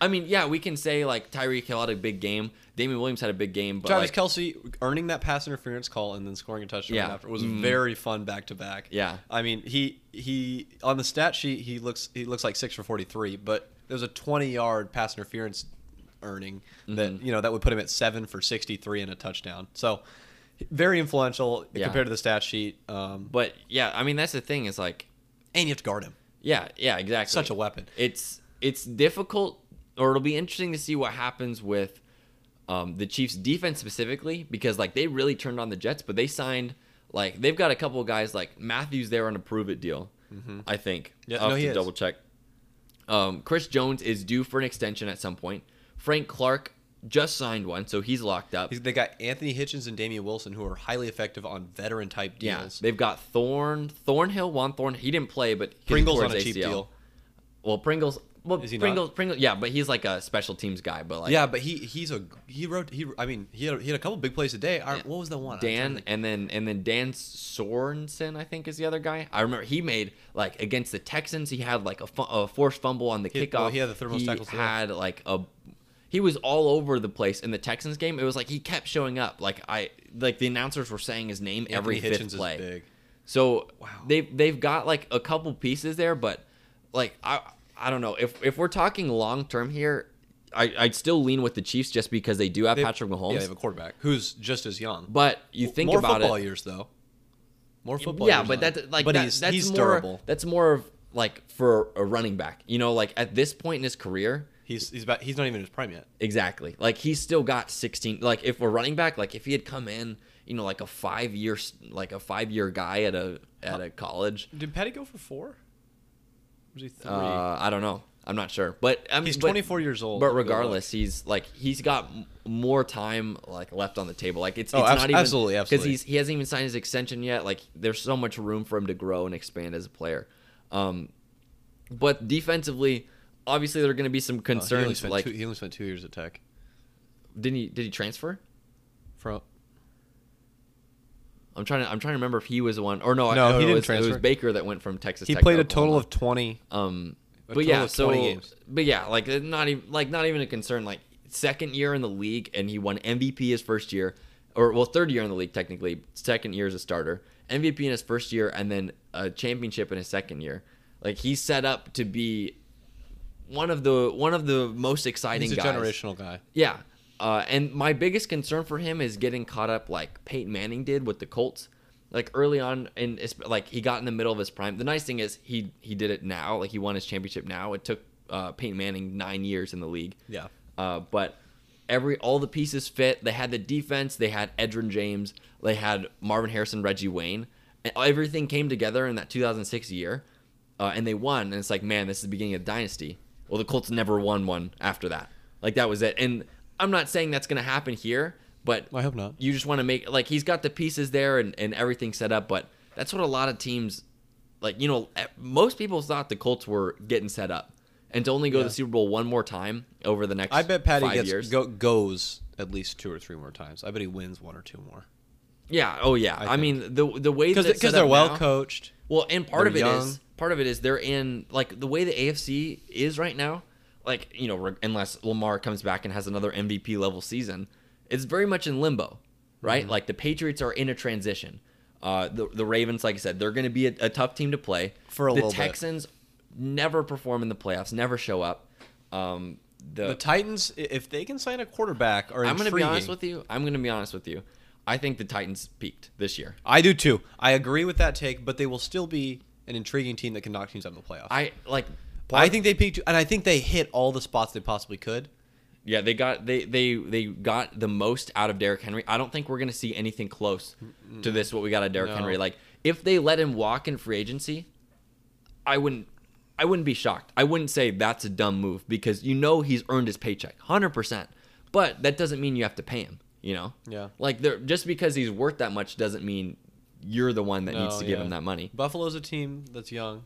Speaker 1: I mean, yeah, we can say like Tyreek Hill had a big game, Damian Williams had a big game, but
Speaker 3: Travis
Speaker 1: like,
Speaker 3: Kelsey earning that pass interference call and then scoring a touchdown
Speaker 1: Yeah.
Speaker 3: after was
Speaker 1: Mm.
Speaker 3: very fun back to back.
Speaker 1: Yeah.
Speaker 3: I mean he he on the stat sheet he looks he looks like six for forty three, but there's a twenty yard pass interference earning that
Speaker 1: Mm-hmm.
Speaker 3: you know that would put him at seven for sixty three and a touchdown. So very influential
Speaker 1: Yeah.
Speaker 3: compared to the stat sheet. Um,
Speaker 1: But yeah, I mean that's the thing is like
Speaker 3: and you have to guard him.
Speaker 1: yeah, yeah, exactly.
Speaker 3: Such a weapon.
Speaker 1: It's it's difficult or it'll be interesting to see what happens with um, the Chiefs defense specifically because like they really turned on the Jets, but they signed like they've got a couple of guys like Matthews there on a prove it deal. I think.
Speaker 3: Mm-hmm. Yeah,
Speaker 1: I'll
Speaker 3: no,
Speaker 1: have
Speaker 3: he
Speaker 1: to
Speaker 3: is.
Speaker 1: double check. Um, Chris Jones is due for an extension at some point. Frank Clark just signed one, so he's locked up.
Speaker 3: He's, they got Anthony Hitchens and Damian Wilson who are highly effective on veteran type
Speaker 1: Yeah,
Speaker 3: deals.
Speaker 1: they've got Thorn, Thornhill, Juan Thorn. He didn't play, but he
Speaker 3: Pringle's
Speaker 1: tore
Speaker 3: on a
Speaker 1: his
Speaker 3: cheap
Speaker 1: ACL.
Speaker 3: deal.
Speaker 1: Well, Pringle's Well,
Speaker 3: Is he not?
Speaker 1: Pringle, Pringle, yeah, but he's like a special teams guy. But like,
Speaker 3: yeah, but he he's a he wrote he I mean he had, he had a couple big plays today. Our-
Speaker 1: Yeah.
Speaker 3: What was the one? I'm trying to
Speaker 1: Dan
Speaker 3: think.
Speaker 1: and then and then Dan Sorensen, I think, is the other guy. I remember he made like against the Texans, he had like a, fu- a forced fumble on the
Speaker 3: He-
Speaker 1: kickoff.
Speaker 3: well, he had the thermos
Speaker 1: He
Speaker 3: tackles today.
Speaker 1: had like a he was all over the place in the Texans game. It was like he kept showing up. Like I like the announcers were saying his name every
Speaker 3: Anthony
Speaker 1: fifth
Speaker 3: Hitchens
Speaker 1: play.
Speaker 3: is big.
Speaker 1: So
Speaker 3: Wow.
Speaker 1: they've they've got like a couple pieces there, but like I I don't know if if we're talking long term here, I I'd still lean with the Chiefs just because they do have
Speaker 3: They-
Speaker 1: Patrick Mahomes.
Speaker 3: Yeah, they have a quarterback who's just as young.
Speaker 1: but you think
Speaker 3: more
Speaker 1: about
Speaker 3: football
Speaker 1: it,
Speaker 3: years though. More football.
Speaker 1: yeah,
Speaker 3: years
Speaker 1: but
Speaker 3: on him.
Speaker 1: that's like
Speaker 3: but
Speaker 1: that-
Speaker 3: he's,
Speaker 1: that's
Speaker 3: he's
Speaker 1: more
Speaker 3: durable.
Speaker 1: that's more of like for a running back. You know, like at this point in his career,
Speaker 3: He's he's about he's not even in his prime yet.
Speaker 1: Exactly. Like he's still got 16. Like if we're running back, like if he had come in, you know, like a five year, like a five year guy at a at a college.
Speaker 3: Did Petty go for four? Was he three?
Speaker 1: Uh, I don't know. I'm not sure. But I mean,
Speaker 3: he's
Speaker 1: but-
Speaker 3: 24 years old. Oh,
Speaker 1: But regardless, he's like he's got m- more time like left on the table. Like it's,
Speaker 3: Oh,
Speaker 1: it's
Speaker 3: abs-
Speaker 1: not even
Speaker 3: absolutely, absolutely.
Speaker 1: because he hasn't even signed his extension yet. Like there's so much room for him to grow and expand as a player. Um, but defensively, obviously there are going to be some
Speaker 3: Oh, he only
Speaker 1: concerns.
Speaker 3: spent
Speaker 1: like
Speaker 3: two, he only spent two years at Tech.
Speaker 1: didn't he did he transfer?
Speaker 3: From
Speaker 1: I'm trying to. I'm trying to remember if he was the one or no. I-
Speaker 3: No, he
Speaker 1: it
Speaker 3: didn't
Speaker 1: was, It
Speaker 3: transfer.
Speaker 1: was Baker that went from Texas.
Speaker 3: he
Speaker 1: Tech to
Speaker 3: played a total
Speaker 1: Oklahoma.
Speaker 3: of 20.
Speaker 1: Um,
Speaker 3: a
Speaker 1: but
Speaker 3: total
Speaker 1: yeah,
Speaker 3: of 20
Speaker 1: so
Speaker 3: games.
Speaker 1: but yeah, like it's not even like not even a concern. Like second year in the league, and he won MVP his first year, or well, third year in the league technically. Second year as a starter, MVP in his first year, and then a championship in his second year. Like he's set up to be one of the one of the most exciting
Speaker 3: He's a
Speaker 1: guys.
Speaker 3: generational guy.
Speaker 1: Yeah. Uh, and my biggest concern for him is getting caught up like Peyton Manning did with the Colts. Like early on, in like he got in the middle of his prime. The nice thing is he he did it now. Like he won his championship now. It took uh, Peyton Manning nine years in the league.
Speaker 3: Yeah.
Speaker 1: Uh, but every all the pieces fit. They had the defense. They had Edrin James. They had Marvin Harrison, Reggie Wayne. And everything came together in that 2006 year, uh, and they won. And it's like, man, this is the beginning of the dynasty. Well, the Colts never won one after that. Like that was it. And I'm not saying that's gonna happen here, but
Speaker 3: I hope not.
Speaker 1: you just want to make like he's got the pieces there and, and everything set up but that's what a lot of teams like you know eh, most people thought the colts were getting set up and to only go to
Speaker 3: Yeah.
Speaker 1: the super bowl one more time over the next
Speaker 3: I bet Patty
Speaker 1: five
Speaker 3: gets
Speaker 1: years
Speaker 3: go, goes at least two or three more times. I bet he wins one or two more
Speaker 1: yeah oh yeah i,
Speaker 3: think.
Speaker 1: mean the the way
Speaker 3: because
Speaker 1: that it's
Speaker 3: because
Speaker 1: set
Speaker 3: they're
Speaker 1: up
Speaker 3: well
Speaker 1: now-
Speaker 3: coached.
Speaker 1: Well, and part
Speaker 3: They're
Speaker 1: of it is
Speaker 3: young.
Speaker 1: part of it is they're in like the way the AFC is right now. Like you know, reg- unless Lamar comes back and has another MVP level season, it's very much in limbo, right? Like the Patriots are in a transition. Uh, the the Ravens, like I said, they're going to be a, a tough team to play
Speaker 3: For a
Speaker 1: the
Speaker 3: little bit.
Speaker 1: Texans never perform in the playoffs, never show up. Um, the,
Speaker 3: The Titans, i- if they can sign a quarterback, are
Speaker 1: I'm going to be honest
Speaker 3: intriguing.
Speaker 1: with you. I'm going to be honest with you. I think the Titans peaked this year.
Speaker 3: I do too. I agree with that take, but they will still be an intriguing team that can knock teams out of the playoffs.
Speaker 1: I like.
Speaker 3: I think they peaked, and I think they hit all the spots they possibly could.
Speaker 1: Yeah, they got they they they got the most out of Derrick Henry. I don't think we're gonna see anything close to this what we got out of Derrick
Speaker 3: No.
Speaker 1: Henry. Like if they let him walk in free agency, I wouldn't I wouldn't be shocked. I wouldn't say that's a dumb move because you know he's earned his paycheck, hundred percent. But that doesn't mean you have to pay him. You know.
Speaker 3: Yeah.
Speaker 1: Like they're, just because he's worth that much doesn't mean you're the one that needs
Speaker 3: No,
Speaker 1: to give
Speaker 3: yeah.
Speaker 1: him that money.
Speaker 3: Buffalo's a team that's young,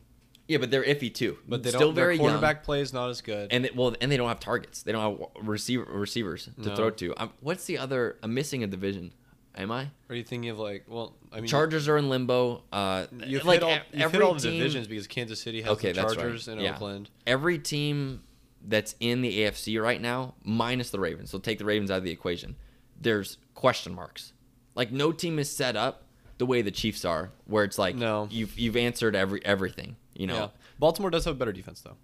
Speaker 1: Yeah, but they're iffy too.
Speaker 3: but they
Speaker 1: still
Speaker 3: don't.
Speaker 1: very
Speaker 3: their quarterback
Speaker 1: young.
Speaker 3: play is not as good.
Speaker 1: And they, well, and they don't have targets. They don't have receiver receivers to
Speaker 3: No.
Speaker 1: throw to. Um what's the other? I'm missing a division. Am I?
Speaker 3: are you thinking of like, well, I mean,
Speaker 1: Chargers are in limbo. Uh,
Speaker 3: You've
Speaker 1: like
Speaker 3: hit all,
Speaker 1: e-
Speaker 3: you've
Speaker 1: every
Speaker 3: hit all the
Speaker 1: team,
Speaker 3: divisions because Kansas City has
Speaker 1: Okay,
Speaker 3: the
Speaker 1: that's
Speaker 3: Chargers
Speaker 1: right.
Speaker 3: and
Speaker 1: Yeah.
Speaker 3: Oakland.
Speaker 1: Every team that's in the AFC right now, minus the Ravens. So take the Ravens out of the equation. There's question marks. Like no team is set up the way the Chiefs are, where it's like
Speaker 3: No.
Speaker 1: you've you've answered every everything. You know,
Speaker 3: Yeah. Baltimore does have a better defense though.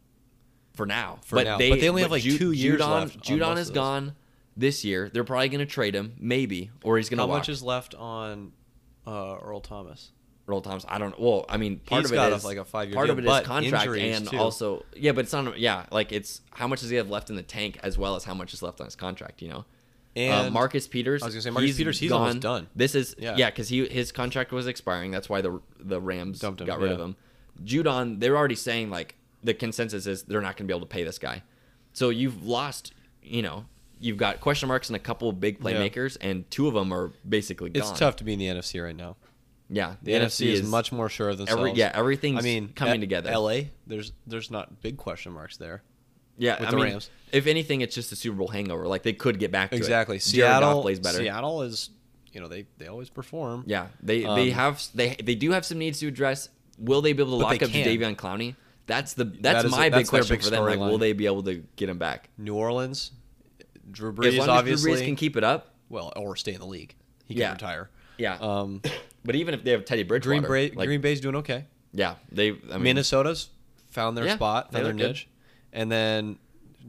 Speaker 1: for now.
Speaker 3: For now. But they only have, like, two years
Speaker 1: Judon,
Speaker 3: left on most
Speaker 1: Judon
Speaker 3: of
Speaker 1: is
Speaker 3: those.
Speaker 1: gone this year. They're probably going to trade him, maybe, or he's going to
Speaker 3: How
Speaker 1: walk.
Speaker 3: much is left on uh, Earl Thomas?
Speaker 1: Earl Thomas? I don't. Well, I mean, part
Speaker 3: He's
Speaker 1: of
Speaker 3: got
Speaker 1: it
Speaker 3: a-
Speaker 1: is
Speaker 3: like a five-year
Speaker 1: Part
Speaker 3: deal,
Speaker 1: of it
Speaker 3: but
Speaker 1: is contract
Speaker 3: injuries,
Speaker 1: and
Speaker 3: too.
Speaker 1: also yeah, but it's not yeah. Like it's how much does he have left in the tank as well as how much is left on his contract? You know. uh,
Speaker 3: And-
Speaker 1: Marcus Peters.
Speaker 3: I was gonna say, Marcus Peters, he's almost done.
Speaker 1: This is yeah,
Speaker 3: Yeah.
Speaker 1: because he his contract was expiring. That's why the the Rams
Speaker 3: Dumped him,
Speaker 1: got rid
Speaker 3: yeah.
Speaker 1: of him. Judon, they're already saying like the consensus is they're not going to be able to pay this guy. So you've lost, you know, you've got question marks and a couple of big playmakers, and two of them are basically gone.
Speaker 3: It's tough to be in the NFC right now.
Speaker 1: Yeah,
Speaker 3: The, NFC, is, much more sure of themselves.
Speaker 1: yeah, everything's
Speaker 3: I mean,
Speaker 1: coming
Speaker 3: at
Speaker 1: together.
Speaker 3: LA, there's there's not big question marks there.
Speaker 1: Yeah,
Speaker 3: with
Speaker 1: I
Speaker 3: the
Speaker 1: mean,
Speaker 3: Rams.
Speaker 1: if anything, it's just a Super Bowl hangover. Like they could get back to it.
Speaker 3: Exactly.
Speaker 1: Jared Goff
Speaker 3: Seattle
Speaker 1: plays better.
Speaker 3: Seattle is, you know, they they always perform.
Speaker 1: Yeah, they they
Speaker 3: Um,
Speaker 1: have they they do have some needs to address. Will they be able to
Speaker 3: But
Speaker 1: lock
Speaker 3: they
Speaker 1: up
Speaker 3: can.
Speaker 1: Davion Clowney? That's the that's
Speaker 3: is-
Speaker 1: my big
Speaker 3: that's their
Speaker 1: question
Speaker 3: big
Speaker 1: for them. Like, will
Speaker 3: storyline.
Speaker 1: they be able to get him back?
Speaker 3: New Orleans, Drew
Speaker 1: As
Speaker 3: Brees
Speaker 1: long
Speaker 3: obviously
Speaker 1: as Drew Brees can keep it up.
Speaker 3: well or stay in the league. He can
Speaker 1: Yeah.
Speaker 3: retire.
Speaker 1: Yeah,
Speaker 3: Um,
Speaker 1: but even if they have Teddy
Speaker 3: Green,
Speaker 1: Bridgewater,
Speaker 3: Bay,
Speaker 1: like,
Speaker 3: Green Bay's doing okay.
Speaker 1: yeah, they. I mean,
Speaker 3: Minnesota's found their
Speaker 1: Yeah,
Speaker 3: spot,
Speaker 1: they
Speaker 3: found their
Speaker 1: look good.
Speaker 3: niche, and then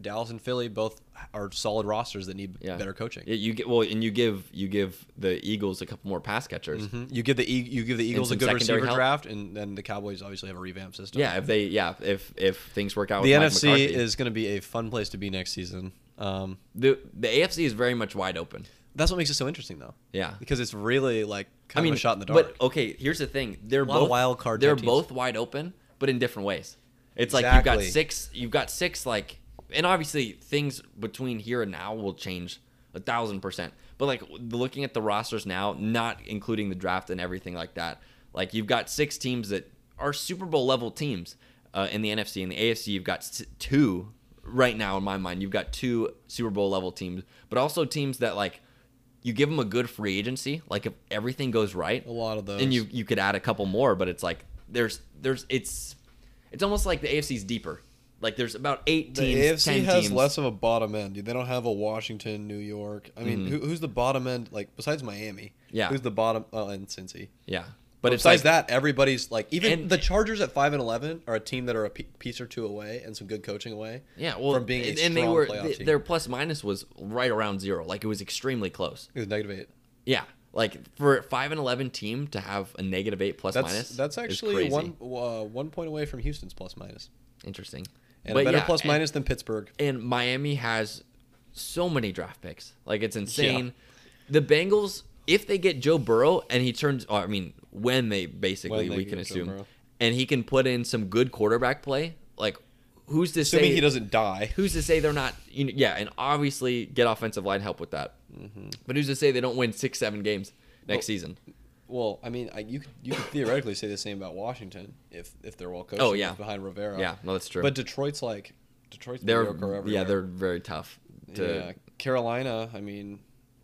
Speaker 3: Dallas and Philly both are solid rosters that need
Speaker 1: yeah.
Speaker 3: better coaching.
Speaker 1: Yeah, you get well, and you give you give the Eagles a couple more pass catchers.
Speaker 3: Mhm. You give the E- you give the Eagles a
Speaker 1: some
Speaker 3: good
Speaker 1: secondary
Speaker 3: receiver
Speaker 1: help.
Speaker 3: draft, and then the Cowboys obviously have a revamped system.
Speaker 1: Yeah, if they yeah if if things work out.
Speaker 3: the
Speaker 1: with Mike
Speaker 3: NFC
Speaker 1: McCarthy.
Speaker 3: is going to be a fun place to be next season. Um,
Speaker 1: the the AFC is very much wide open.
Speaker 3: that's what makes it so interesting, though.
Speaker 1: Yeah.
Speaker 3: because it's really like
Speaker 1: I
Speaker 3: kind
Speaker 1: mean,
Speaker 3: of a shot in the dark.
Speaker 1: But okay, here's the thing: they're
Speaker 3: lot of
Speaker 1: both
Speaker 3: wild card
Speaker 1: They're
Speaker 3: type teams.
Speaker 1: both wide open, but in different ways. It's like you've
Speaker 3: Exactly.
Speaker 1: got six. You've got six. Like, and obviously things between here and now will change a thousand percent. But like looking at the rosters now, not including the draft and everything like that, like you've got six teams that are Super Bowl level teams uh, in the NFC and the AFC. You've got s- two right now in my mind. You've got two Super Bowl level teams, but also teams that like you give them a good free agency. Like if everything goes right,
Speaker 3: A lot of those.
Speaker 1: and you you could add a couple more, but it's like there's there's it's it's almost like the AFC's deeper. Like there's about eight
Speaker 3: the
Speaker 1: teams.
Speaker 3: AFC
Speaker 1: 10
Speaker 3: has
Speaker 1: teams.
Speaker 3: less of a bottom end. dude. They don't have a Washington, New York. I mean, who, who's the bottom end? Like besides Miami,
Speaker 1: Mm-hmm. Yeah.
Speaker 3: Who's the bottom? Oh, and Cincy.
Speaker 1: Yeah, but it's like
Speaker 3: besides that, everybody's like even
Speaker 1: And-
Speaker 3: the Chargers at five and eleven are a team that are a pe- piece or two away and some good coaching away.
Speaker 1: Yeah, well,
Speaker 3: from being a
Speaker 1: and,
Speaker 3: strong
Speaker 1: and they were
Speaker 3: playoff
Speaker 1: th-
Speaker 3: team.
Speaker 1: their plus minus was right around zero. Like it was extremely close.
Speaker 3: It was negative eight.
Speaker 1: Yeah, like for a five and eleven team to have a negative eight plus
Speaker 3: That's
Speaker 1: minus.
Speaker 3: that's
Speaker 1: is
Speaker 3: actually
Speaker 1: crazy.
Speaker 3: one uh, one point away from Houston's plus minus,
Speaker 1: interesting.
Speaker 3: and a better
Speaker 1: yeah,
Speaker 3: plus
Speaker 1: and-
Speaker 3: minus than Pittsburgh.
Speaker 1: and Miami has so many draft picks. Like it's insane. The Bengals, if they get Joe Burrow and he turns, or, I mean, when they basically
Speaker 3: When they
Speaker 1: we
Speaker 3: get
Speaker 1: can
Speaker 3: Joe
Speaker 1: assume,
Speaker 3: Burrow.
Speaker 1: and he can put in some good quarterback play, like who's to
Speaker 3: Assuming
Speaker 1: say
Speaker 3: he doesn't die.
Speaker 1: Who's to say they're not? You know, yeah, and obviously get offensive line help with that. But who's to say they don't win six, seven games next
Speaker 3: Mm-hmm. Well,
Speaker 1: season?
Speaker 3: Well, I mean, I, you could you could theoretically say the same about Washington if if they're well coached.
Speaker 1: Oh,
Speaker 3: and
Speaker 1: yeah.
Speaker 3: behind Rivera.
Speaker 1: Yeah, no, that's true.
Speaker 3: But Detroit's like Detroit's
Speaker 1: They're
Speaker 3: mediocre everywhere.
Speaker 1: yeah, they're very tough. To,
Speaker 3: yeah. Carolina. I mean,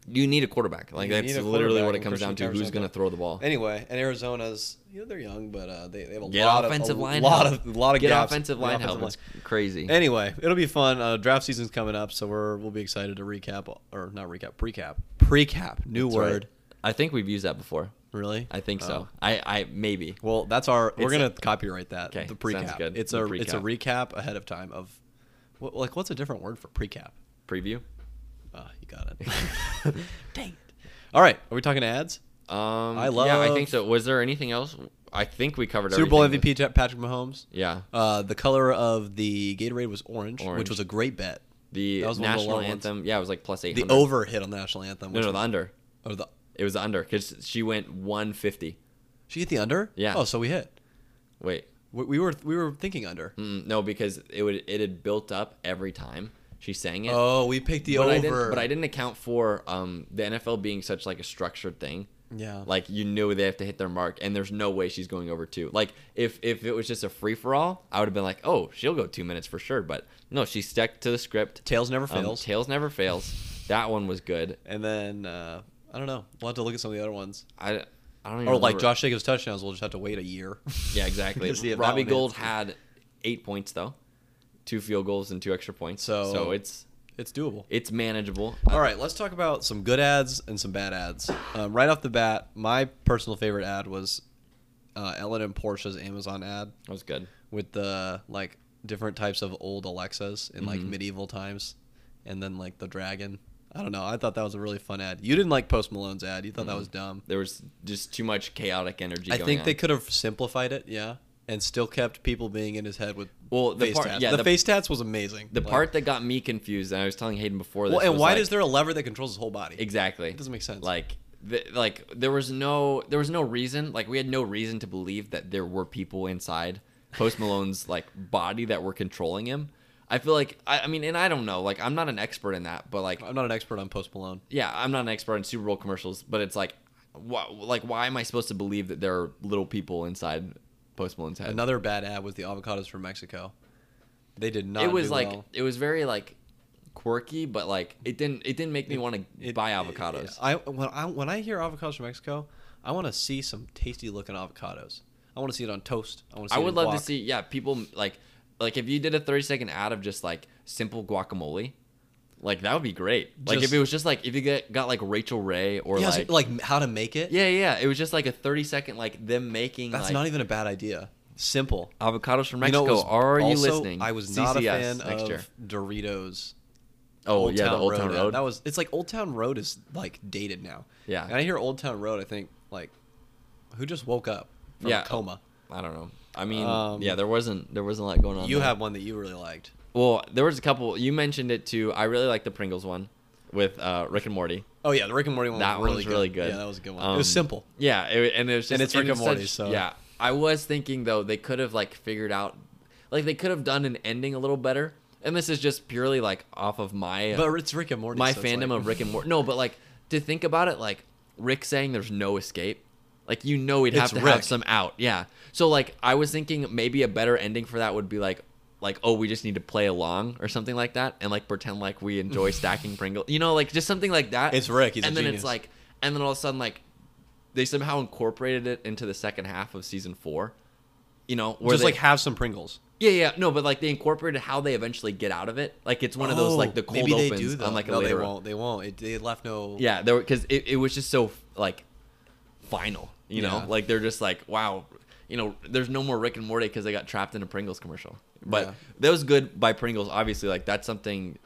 Speaker 1: You need a quarterback. Like
Speaker 3: You need
Speaker 1: that's
Speaker 3: a
Speaker 1: literally
Speaker 3: quarterback
Speaker 1: what it
Speaker 3: and
Speaker 1: comes down
Speaker 3: Christian
Speaker 1: to. Who's
Speaker 3: Jefferson.
Speaker 1: going to throw the ball?
Speaker 3: Anyway, and Arizona's you know they're young, but uh, they, they have a
Speaker 1: Get
Speaker 3: lot
Speaker 1: offensive
Speaker 3: of a
Speaker 1: line
Speaker 3: lot
Speaker 1: help.
Speaker 3: of lot of
Speaker 1: Get
Speaker 3: gaps.
Speaker 1: offensive
Speaker 3: Get
Speaker 1: line
Speaker 3: offensive
Speaker 1: help. It's crazy.
Speaker 3: Anyway, it'll be fun. Uh, draft season's coming up, so we're we'll be excited to recap or not recap, precap, precap. New
Speaker 1: That's right.
Speaker 3: word,
Speaker 1: I think we've used that before.
Speaker 3: really?
Speaker 1: I think so.
Speaker 3: Oh.
Speaker 1: I, I maybe.
Speaker 3: Well, that's our. We're
Speaker 1: It's-
Speaker 3: gonna copyright that.
Speaker 1: Okay,
Speaker 3: the
Speaker 1: sounds
Speaker 3: precap.
Speaker 1: good.
Speaker 3: It's
Speaker 1: The
Speaker 3: a it's a recap ahead of time of, what, like what's a different word for precap?
Speaker 1: Preview.
Speaker 3: Uh, you got it. Dang it! All right, are we talking ads?
Speaker 1: Um,
Speaker 3: I
Speaker 1: Yeah, I think
Speaker 3: love-
Speaker 1: so. Was there anything else? I think we covered
Speaker 3: Super Bowl
Speaker 1: everything
Speaker 3: MVP Ta- Patrick Mahomes.
Speaker 1: with- yeah.
Speaker 3: Uh, the color of the Gatorade was orange,
Speaker 1: Orange.
Speaker 3: which was a great bet.
Speaker 1: The
Speaker 3: that was one of the
Speaker 1: national
Speaker 3: low ones.
Speaker 1: anthem. Yeah, it was like plus eight.
Speaker 3: The over hit on the national anthem.
Speaker 1: No,
Speaker 3: Which
Speaker 1: no, the under.
Speaker 3: or the
Speaker 1: It was the under because she went 150.
Speaker 3: she hit the under.
Speaker 1: Yeah.
Speaker 3: Oh, so we hit.
Speaker 1: Wait.
Speaker 3: We, we were we were thinking under.
Speaker 1: Mm, no, because it would it had built up every time she sang it.
Speaker 3: Oh, we picked the
Speaker 1: but
Speaker 3: over.
Speaker 1: I didn't, but I didn't account for um, the NFL being such like a structured thing.
Speaker 3: Yeah.
Speaker 1: Like you knew they have to hit their mark, and there's no way she's going over two. Like if if it was just a free for all, I would have been like, oh, she'll go two minutes for sure. But no, she stuck to the script.
Speaker 3: tails never
Speaker 1: Um,
Speaker 3: fails.
Speaker 1: Tails never fails. That one was good.
Speaker 3: and then uh, I don't know. We'll have to look at some of the other ones.
Speaker 1: I I don't even
Speaker 3: Or like
Speaker 1: remember.
Speaker 3: Josh Jacobs touchdowns, we'll just have to wait a year.
Speaker 1: Mm, Yeah, exactly.
Speaker 3: to see if that
Speaker 1: Robbie
Speaker 3: one
Speaker 1: Gold
Speaker 3: hits.
Speaker 1: had eight points though, two field goals and two extra points.
Speaker 3: So-
Speaker 1: so it's
Speaker 3: It's doable.
Speaker 1: it's manageable.
Speaker 3: All right, let's talk about some good ads and some bad ads. Um, right off the bat, my personal favorite ad was uh, Ellen and Portia's Amazon ad
Speaker 1: That was good.
Speaker 3: with the like different types of old Alexas in
Speaker 1: Mm-hmm.
Speaker 3: like medieval times, and then like the dragon. I don't know. I thought that was a really fun ad. You didn't like Post Malone's ad. You thought that was dumb.
Speaker 1: There was just too much chaotic energy.
Speaker 3: I
Speaker 1: Mm-hmm. going
Speaker 3: think
Speaker 1: on.
Speaker 3: they could have simplified it, yeah, and still kept people being in his head with
Speaker 1: Well, the
Speaker 3: face
Speaker 1: part-
Speaker 3: tats.
Speaker 1: yeah,
Speaker 3: the,
Speaker 1: the-
Speaker 3: face tats was amazing.
Speaker 1: The
Speaker 3: Like-
Speaker 1: part that got me confused, and I was telling Hayden before this.
Speaker 3: well, and
Speaker 1: was
Speaker 3: why
Speaker 1: like-
Speaker 3: is there a lever that controls his whole body?
Speaker 1: exactly?
Speaker 3: It doesn't make sense.
Speaker 1: Like, th- like there was no, there was no reason. Like, we had no reason to believe that there were people inside Post Malone's like body that were controlling him. I feel like, I, I mean, and I don't know. Like, I'm not an expert in that, but like,
Speaker 3: I'm not an expert on Post Malone.
Speaker 1: yeah, I'm not an expert in Super Bowl commercials, but it's like, why, like, why am I supposed to believe that there are little people inside Post Malone's head?
Speaker 3: Another bad ad was the avocados from Mexico. They did not.
Speaker 1: it was
Speaker 3: do
Speaker 1: like
Speaker 3: well.
Speaker 1: it was very like quirky, but like it didn't it didn't make me want to
Speaker 3: It-
Speaker 1: buy
Speaker 3: it-
Speaker 1: avocados.
Speaker 3: I when I when I hear avocados from Mexico, I want to see some tasty looking avocados. I want to see it on toast. I want to. See
Speaker 1: I
Speaker 3: it
Speaker 1: would
Speaker 3: in
Speaker 1: love
Speaker 3: guac.
Speaker 1: to see yeah people like like if you did a thirty second ad of just like simple guacamole, like that would be great. Like if
Speaker 3: Just-
Speaker 1: it was just like if you get, got like Rachel Ray or
Speaker 3: Yeah, so,
Speaker 1: like,
Speaker 3: like, how to make it.
Speaker 1: yeah yeah it was just like a thirty second like them making
Speaker 3: that's
Speaker 1: like
Speaker 3: not even a bad idea. Simple.
Speaker 1: avocados from
Speaker 3: You know
Speaker 1: Mexico.
Speaker 3: what
Speaker 1: Are
Speaker 3: was
Speaker 1: you
Speaker 3: also-
Speaker 1: listening?
Speaker 3: I was not a
Speaker 1: CCS
Speaker 3: fan
Speaker 1: next
Speaker 3: of
Speaker 1: year.
Speaker 3: Doritos.
Speaker 1: Oh yeah, the Old Town
Speaker 3: ad.
Speaker 1: Road. Ah.
Speaker 3: That was. It's like Old Town Road is like dated now.
Speaker 1: Yeah.
Speaker 3: And I hear Old Town Road. I think like, who just woke up from
Speaker 1: Yeah.
Speaker 3: a coma?
Speaker 1: I don't know. I mean,
Speaker 3: Um,
Speaker 1: yeah, there wasn't there wasn't a lot going on.
Speaker 3: You
Speaker 1: there.
Speaker 3: have one that you really liked.
Speaker 1: well, there was a couple. You mentioned it too. I really like the Pringles one with uh, Rick and Morty.
Speaker 3: Oh yeah, the Rick and Morty one.
Speaker 1: That
Speaker 3: was
Speaker 1: one's really good.
Speaker 3: Yeah, that was a good one.
Speaker 1: Um,
Speaker 3: it was simple.
Speaker 1: Yeah, it, and it was just
Speaker 3: And it's Rick and
Speaker 1: it's
Speaker 3: Morty, so-
Speaker 1: yeah. I was thinking though they could have like figured out, like they could have done an ending a little better. And this is just purely like off of my
Speaker 3: But it's Rick and Morty.
Speaker 1: my
Speaker 3: so it's
Speaker 1: fandom
Speaker 3: like-
Speaker 1: of Rick and Morty. No, but like to think about it, like Rick saying there's no escape. Like you know he'd have
Speaker 3: It's
Speaker 1: to
Speaker 3: Rick.
Speaker 1: have some out. Yeah. So like I was thinking maybe a better ending for that would be like like oh we just need to play along or something like that and like pretend like we enjoy stacking Pringles. You know like just something like that.
Speaker 3: It's Rick, he's a
Speaker 1: and then
Speaker 3: genius.
Speaker 1: it's like and then all of a sudden like they somehow incorporated it into the second half of season 4. You know, where
Speaker 3: just
Speaker 1: they,
Speaker 3: like have some Pringles.
Speaker 1: yeah, yeah, no, but like they incorporated how they eventually get out of it. Like it's one of those like the cold
Speaker 3: Oh, maybe
Speaker 1: opens
Speaker 3: they do though.
Speaker 1: on like a
Speaker 3: no,
Speaker 1: later
Speaker 3: they won't. They won't. It, they left no.
Speaker 1: yeah, there because it, it was just so like final, you know.
Speaker 3: Yeah.
Speaker 1: Like they're just like, wow, you know, there's no more Rick and Morty because they got trapped in a Pringles commercial. But
Speaker 3: Yeah.
Speaker 1: that was good by Pringles, obviously. Like that's something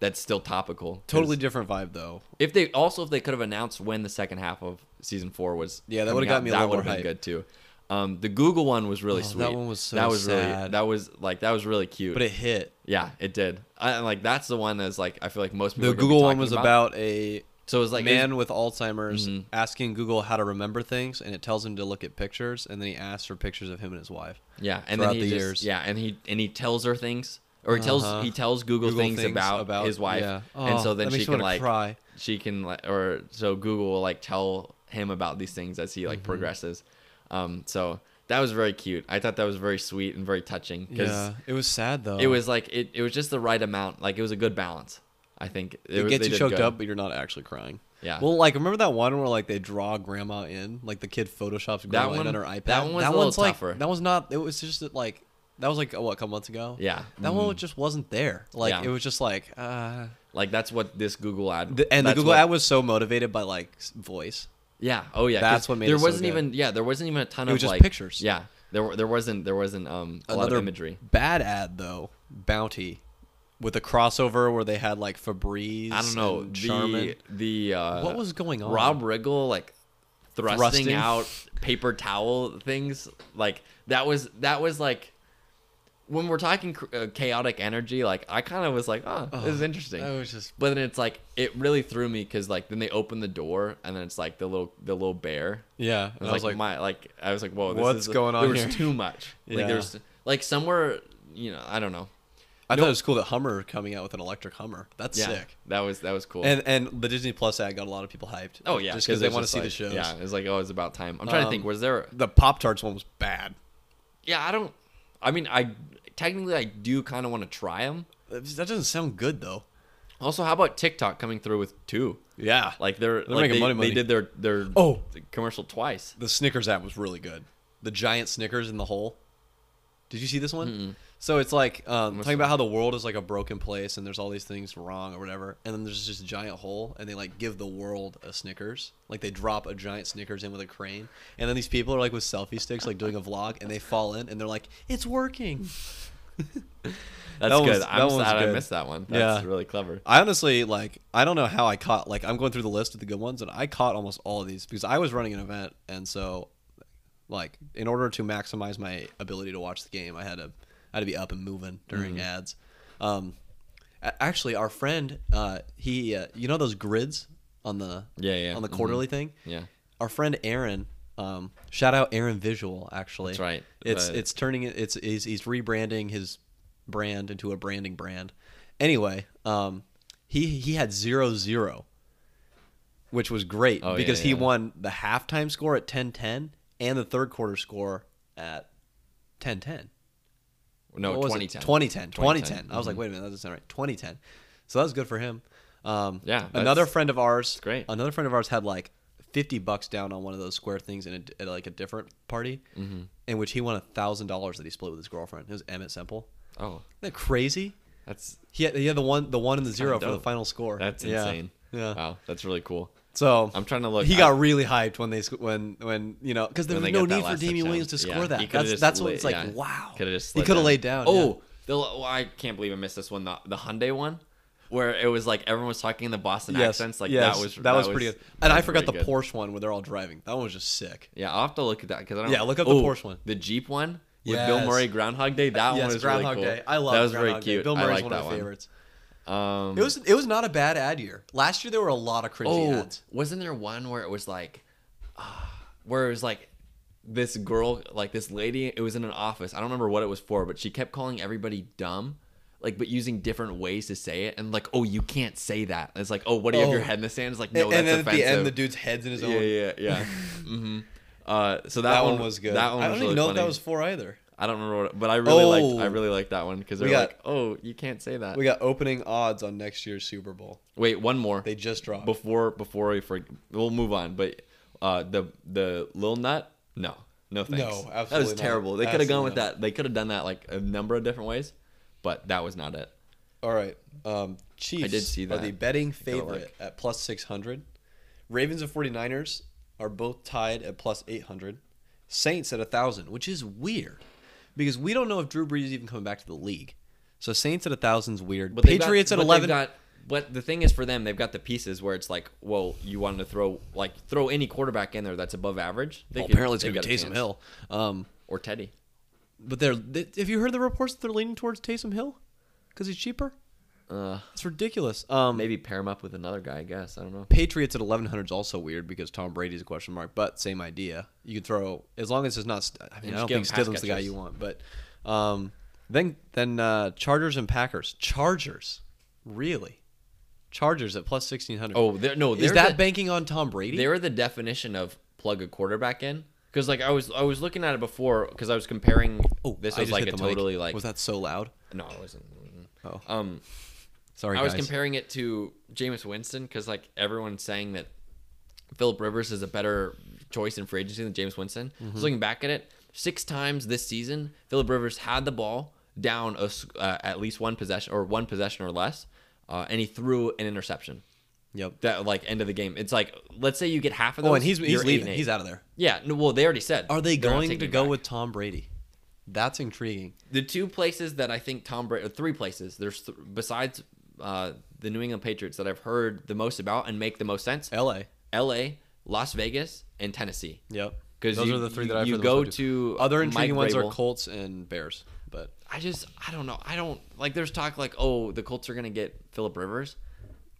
Speaker 1: that's still topical. 'cause
Speaker 3: Totally different vibe though.
Speaker 1: If they also if they could have announced when the second half of season four was,
Speaker 3: Yeah, that
Speaker 1: coming
Speaker 3: would've got
Speaker 1: out,
Speaker 3: me a
Speaker 1: That
Speaker 3: little more
Speaker 1: would have been good
Speaker 3: hype.
Speaker 1: too. Um, the Google one was really
Speaker 3: Oh, that
Speaker 1: sweet.
Speaker 3: one was so
Speaker 1: that was really
Speaker 3: sad.
Speaker 1: that was like that was really cute.
Speaker 3: But it hit.
Speaker 1: yeah, it did. I, and, like that's the one that's like I feel like most people.
Speaker 3: The
Speaker 1: are gonna be
Speaker 3: Google one
Speaker 1: talking
Speaker 3: was
Speaker 1: about.
Speaker 3: about a
Speaker 1: So it was like it was- Mm-hmm.
Speaker 3: man with Alzheimer's asking Google how to remember things, and it tells him to look at pictures, and then he asks for pictures of him and his wife.
Speaker 1: Yeah, and
Speaker 3: throughout
Speaker 1: then he
Speaker 3: the
Speaker 1: just-
Speaker 3: years.
Speaker 1: Yeah, and he and he tells her things, or he tells
Speaker 3: Uh-huh.
Speaker 1: he tells Google,
Speaker 3: Google
Speaker 1: things,
Speaker 3: things
Speaker 1: about,
Speaker 3: about-
Speaker 1: his wife,
Speaker 3: yeah.
Speaker 1: and
Speaker 3: Oh,
Speaker 1: so then
Speaker 3: that makes
Speaker 1: she
Speaker 3: me
Speaker 1: can
Speaker 3: wanna
Speaker 1: like
Speaker 3: cry.
Speaker 1: she can like or so Google will like tell him about these things as he like
Speaker 3: Mm-hmm.
Speaker 1: progresses. Um, so that was very cute. I thought that was very sweet and very touching because
Speaker 3: Yeah, Oh. it was sad though.
Speaker 1: it was like it, it was just the right amount. Like it was a good balance. I think
Speaker 3: It,
Speaker 1: was-
Speaker 3: gets
Speaker 1: they
Speaker 3: you
Speaker 1: did
Speaker 3: choked
Speaker 1: good.
Speaker 3: up, but you're not actually crying.
Speaker 1: Yeah.
Speaker 3: Well, like remember that one where like they draw grandma in, like the kid photoshops grandma
Speaker 1: one-
Speaker 3: in on her iPad.
Speaker 1: that one was a little
Speaker 3: one's like
Speaker 1: tougher.
Speaker 3: that was not. It was just like that was like what a couple months ago.
Speaker 1: Yeah.
Speaker 3: That one just wasn't there. Like
Speaker 1: Yeah.
Speaker 3: it was just like. uh
Speaker 1: Like that's what this Google ad
Speaker 3: the, And the
Speaker 1: that's
Speaker 3: Google
Speaker 1: what-
Speaker 3: ad was so motivated by like s- voice.
Speaker 1: Yeah. Oh yeah. 'cause
Speaker 3: That's what made
Speaker 1: there
Speaker 3: it so
Speaker 1: wasn't
Speaker 3: good.
Speaker 1: even yeah there wasn't even a ton
Speaker 3: It
Speaker 1: of
Speaker 3: was just
Speaker 1: like
Speaker 3: pictures.
Speaker 1: Yeah. There wa- there wasn't there wasn't um a lot of imagery.
Speaker 3: bad ad though, Bounty, with a crossover where they had like Febreze.
Speaker 1: I don't know
Speaker 3: and
Speaker 1: the
Speaker 3: Charmin.
Speaker 1: the uh,
Speaker 3: What was going on?
Speaker 1: Rob Riggle like thrusting,
Speaker 3: Thrusting?
Speaker 1: out paper towel things like that was that was like when we're talking cr- uh, chaotic energy like I kind of was like oh, this is interesting
Speaker 3: that was just-
Speaker 1: but then it's like it really threw me because like then they open the door and then it's like the little the little bear
Speaker 3: Yeah,
Speaker 1: And I was like, my like I was like, whoa, this
Speaker 3: what's
Speaker 1: is,
Speaker 3: going on
Speaker 1: There was
Speaker 3: here?
Speaker 1: too much. Like
Speaker 3: Yeah.
Speaker 1: there's like somewhere, you know, I don't know.
Speaker 3: I thought it was cool that Hummer coming out with an electric Hummer. That's
Speaker 1: Yeah,
Speaker 3: sick.
Speaker 1: that was that was cool.
Speaker 3: And and the Disney Plus ad got a lot of people hyped.
Speaker 1: oh yeah,
Speaker 3: just because they
Speaker 1: it's
Speaker 3: want to
Speaker 1: just
Speaker 3: see the
Speaker 1: like-
Speaker 3: shows.
Speaker 1: Yeah, it's like oh, it's about time. I'm trying to think.
Speaker 3: Um,
Speaker 1: Was there?
Speaker 3: The Pop Tarts one was bad.
Speaker 1: Yeah, I don't. I mean, I technically I do kind of want to try them.
Speaker 3: That doesn't sound good though.
Speaker 1: Also, how about TikTok coming through with two?
Speaker 3: Yeah, like
Speaker 1: Like they're, like,
Speaker 3: making
Speaker 1: they,
Speaker 3: money, money.
Speaker 1: they did their their
Speaker 3: Oh.
Speaker 1: commercial twice.
Speaker 3: the Snickers ad was really good. The giant Snickers in the hole. Did you see this one? So it's like um, talking about how the world is like a broken place and there's all these things wrong or whatever, and then there's just a giant hole, and they like give the world a Snickers, like they drop a giant Snickers in with a crane, and then these people are like with selfie sticks, like doing a vlog, and they fall in, and they're like, "It's working."
Speaker 1: That's
Speaker 3: That
Speaker 1: good.
Speaker 3: one's- that
Speaker 1: I'm
Speaker 3: one's
Speaker 1: sad I
Speaker 3: good.
Speaker 1: missed that one. That's
Speaker 3: Yeah.
Speaker 1: really clever.
Speaker 3: I honestly like I don't know how I caught like I'm going through the list of the good ones and I caught almost all of these because I was running an event and so like in order to maximize my ability to watch the game I had to I had to be up and moving
Speaker 1: Mm-hmm.
Speaker 3: during ads. Um a- actually our friend uh he uh, you know those grids on the
Speaker 1: Yeah, yeah.
Speaker 3: on the
Speaker 1: Mhm.
Speaker 3: quarterly thing?
Speaker 1: Yeah.
Speaker 3: Our friend Aaron um shout out Aaron Visual actually.
Speaker 1: That's right.
Speaker 3: It's
Speaker 1: Uh,
Speaker 3: it's turning it it's he's, he's rebranding his brand into a branding brand anyway um he he had zero zero which was great
Speaker 1: Oh, yeah,
Speaker 3: because he
Speaker 1: yeah.
Speaker 3: won the halftime score at 10-10 and the third quarter score at 10-10
Speaker 1: No,
Speaker 3: what was it?
Speaker 1: 2010.
Speaker 3: 2010. 2010.
Speaker 1: 2010,
Speaker 3: I was like, wait a minute, that doesn't sound right. 2010. So that was good for him. Um,
Speaker 1: Yeah, that's-
Speaker 3: Another friend of ours.
Speaker 1: great.
Speaker 3: Another friend of ours had like 50 bucks down on one of those square things in a, at like a different party,
Speaker 1: Mm-hmm.
Speaker 3: in which he won a thousand dollars that he split with his girlfriend. It was Emmett Semple.
Speaker 1: Oh,
Speaker 3: Isn't that crazy?
Speaker 1: that's
Speaker 3: He had, he had the one the one and the zero for the
Speaker 1: dope.
Speaker 3: final score.
Speaker 1: that's
Speaker 3: Yeah.
Speaker 1: insane.
Speaker 3: Yeah.
Speaker 1: Wow, that's really cool.
Speaker 3: So
Speaker 1: I'm trying to look.
Speaker 3: He
Speaker 1: I-
Speaker 3: got really hyped when they sc- when when you know because there
Speaker 1: when they
Speaker 3: was no
Speaker 1: got that
Speaker 3: need for
Speaker 1: last
Speaker 3: Damian
Speaker 1: touchdown.
Speaker 3: Williams to
Speaker 1: Yeah,
Speaker 3: score
Speaker 1: he
Speaker 3: that.
Speaker 1: could've
Speaker 3: That's
Speaker 1: just
Speaker 3: that's when
Speaker 1: laid-
Speaker 3: it's like
Speaker 1: yeah.
Speaker 3: wow.
Speaker 1: Could have just
Speaker 3: he
Speaker 1: slid
Speaker 3: could have laid down. yeah.
Speaker 1: Oh, the, oh, I can't believe I missed this one. The, the Hyundai one, where it was like everyone was talking in the Boston
Speaker 3: yes,
Speaker 1: accents. Like
Speaker 3: yes,
Speaker 1: that was
Speaker 3: that was pretty good. And I forgot the
Speaker 1: Porsche.
Speaker 3: Porsche one where they're all driving. That one was just sick.
Speaker 1: Yeah, I'll have to look at that because I don't.
Speaker 3: Yeah, look up the
Speaker 1: Ooh,
Speaker 3: Porsche one.
Speaker 1: The Jeep one with Bill
Speaker 3: Yes.
Speaker 1: Murray Groundhog Day. That one
Speaker 3: yes,
Speaker 1: was
Speaker 3: Groundhog
Speaker 1: really cool.
Speaker 3: Day. I love
Speaker 1: that. Was
Speaker 3: Groundhog
Speaker 1: very cute.
Speaker 3: Day. Bill
Speaker 1: I
Speaker 3: Murray's
Speaker 1: like
Speaker 3: one
Speaker 1: that
Speaker 3: of my favorites.
Speaker 1: Um,
Speaker 3: It was it was not a bad ad year. Last year there were a lot of cringy
Speaker 1: oh,
Speaker 3: ads.
Speaker 1: wasn't there one where it was like, ah, where it was like this girl, like this lady, it was in an office. I don't remember what it was for, but she kept calling everybody dumb. Like, but using different ways to say it, and like, oh, you can't say that. And it's like, oh, what do you have your
Speaker 3: Oh.
Speaker 1: head in the sand? It's like, no,
Speaker 3: and
Speaker 1: that's
Speaker 3: and then
Speaker 1: offensive.
Speaker 3: at the end, the dude's head's in his own.
Speaker 1: yeah, yeah, yeah. hmm uh, so that,
Speaker 3: That, one was good.
Speaker 1: That one
Speaker 3: I
Speaker 1: was
Speaker 3: don't
Speaker 1: really
Speaker 3: even know
Speaker 1: funny.
Speaker 3: what that was for either.
Speaker 1: I don't remember what, but I really liked. I
Speaker 3: Oh.
Speaker 1: really liked that one because they're
Speaker 3: We got-
Speaker 1: like, "Oh, you can't say that."
Speaker 3: We got opening odds on next year's Super Bowl.
Speaker 1: Wait, one more
Speaker 3: They just dropped.
Speaker 1: before before we for, we'll move on. But uh, the the Lil Nut, no, no thanks.
Speaker 3: No,
Speaker 1: That was
Speaker 3: absolutely not.
Speaker 1: terrible. They could have gone with
Speaker 3: Absolutely
Speaker 1: that. They could have done that like a number of different ways, but that was not it.
Speaker 3: All right. Um, Chiefs
Speaker 1: see
Speaker 3: are
Speaker 1: that.
Speaker 3: the betting
Speaker 1: gotta
Speaker 3: favorite
Speaker 1: look.
Speaker 3: at plus 600. Ravens and 49ers are both tied at plus 800. Saints at 1,000, which is weird because we don't know if Drew Brees is even coming back to the league. So Saints at 1,000 is weird.
Speaker 1: But they've got-
Speaker 3: Patriots
Speaker 1: but
Speaker 3: at
Speaker 1: they've
Speaker 3: 11.
Speaker 1: Got, but the thing is for them, they've got the pieces where it's like, well, you wanted to throw like throw any quarterback in there that's above average. They
Speaker 3: well,
Speaker 1: could-
Speaker 3: apparently it's
Speaker 1: they've
Speaker 3: going to be
Speaker 1: got a
Speaker 3: Taysom
Speaker 1: chance.
Speaker 3: Hill. Um,
Speaker 1: or Teddy.
Speaker 3: but they're, they, have you heard the reports that they're leaning towards Taysom Hill because he's cheaper?
Speaker 1: Uh,
Speaker 3: It's ridiculous. Um,
Speaker 1: maybe pair him up with another guy. I guess I don't know.
Speaker 3: Patriots at 1100 is also weird because Tom Brady's a question mark, but same idea. You can throw as long as it's not. St- I mean,
Speaker 1: just
Speaker 3: I don't
Speaker 1: give
Speaker 3: think
Speaker 1: him pass
Speaker 3: Stidham's the guy
Speaker 1: catchers.
Speaker 3: you want, but um, then then uh, Chargers and Packers. Chargers, really? Chargers at plus 1600.
Speaker 1: Oh, they're, no,
Speaker 3: is
Speaker 1: they're
Speaker 3: that
Speaker 1: the-
Speaker 3: banking on Tom Brady?
Speaker 1: They were the definition of plug a quarterback in. Because like I was I was looking at it before because I was comparing.
Speaker 3: oh,
Speaker 1: this
Speaker 3: I
Speaker 1: was
Speaker 3: just
Speaker 1: like a
Speaker 3: hit the mic.
Speaker 1: totally like
Speaker 3: Was that so loud?
Speaker 1: no, it wasn't.
Speaker 3: Oh,
Speaker 1: Um,
Speaker 3: sorry.
Speaker 1: I was
Speaker 3: guys.
Speaker 1: comparing it to Jameis Winston because like everyone's saying that Philip Rivers is a better choice in free agency than James Winston.
Speaker 3: Mm-hmm.
Speaker 1: So looking back at it, six times this season, Philip Rivers had the ball down a s uh, at least one possession or one possession or less, uh, and he threw an interception.
Speaker 3: Yep.
Speaker 1: That like end of the game. It's like let's say you get half of those.
Speaker 3: Oh, and he's
Speaker 1: you're
Speaker 3: he's
Speaker 1: eight
Speaker 3: leaving.
Speaker 1: and eight.
Speaker 3: He's out of there.
Speaker 1: Yeah, no, well, they already said.
Speaker 3: Are they
Speaker 1: they're not
Speaker 3: going
Speaker 1: taking
Speaker 3: to
Speaker 1: it
Speaker 3: go
Speaker 1: back.
Speaker 3: with Tom Brady? That's intriguing.
Speaker 1: the two places that I think Tom Brady? Three places. There's th- besides uh, the New England Patriots that I've heard the most about and make the most sense.
Speaker 3: L.A.
Speaker 1: L.A., Las Vegas, and Tennessee.
Speaker 3: Yep.
Speaker 1: Because
Speaker 3: those
Speaker 1: you-
Speaker 3: are the three
Speaker 1: you-
Speaker 3: that I've
Speaker 1: you
Speaker 3: heard the
Speaker 1: go
Speaker 3: most about.
Speaker 1: to
Speaker 3: Other
Speaker 1: Mike
Speaker 3: intriguing ones are
Speaker 1: Vrabel.
Speaker 3: Colts and Bears, but
Speaker 1: I just I don't know. I don't like. There's talk like, oh, the Colts are gonna get Philip Rivers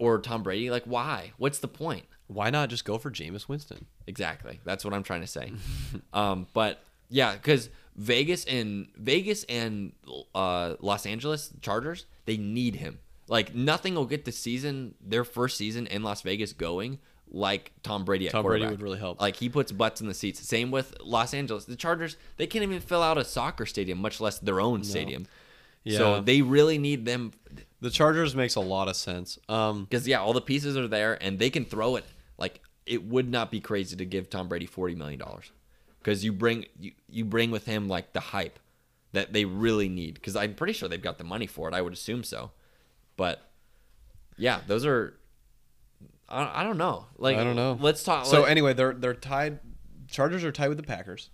Speaker 1: or Tom Brady. Like, why? What's the point?
Speaker 3: why not just go for Jameis Winston?
Speaker 1: Exactly. That's what I'm trying to say. um, but yeah, because Vegas and Vegas and uh, Los Angeles Chargers, they need him. Like nothing will get the season, their first season in Las Vegas going like Tom Brady. At
Speaker 3: Tom Brady
Speaker 1: quarterback.
Speaker 3: would really help.
Speaker 1: Like he puts butts in the seats. Same with Los Angeles. The Chargers, they can't even fill out a soccer stadium, much less their own stadium.
Speaker 3: Yeah.
Speaker 1: So they really need them
Speaker 3: The Chargers makes a lot of sense. Um,
Speaker 1: because yeah, all the pieces are there and they can throw it. Like it would not be crazy to give Tom Brady forty million dollars because you bring you, you bring with him like the hype that they really need. Because I'm pretty sure they've got the money for it. I would assume so, but yeah, those are. I, I don't know. Like
Speaker 3: I don't know.
Speaker 1: Let's talk.
Speaker 3: so
Speaker 1: like-
Speaker 3: anyway, they're they're tied. Chargers are tied with the Packers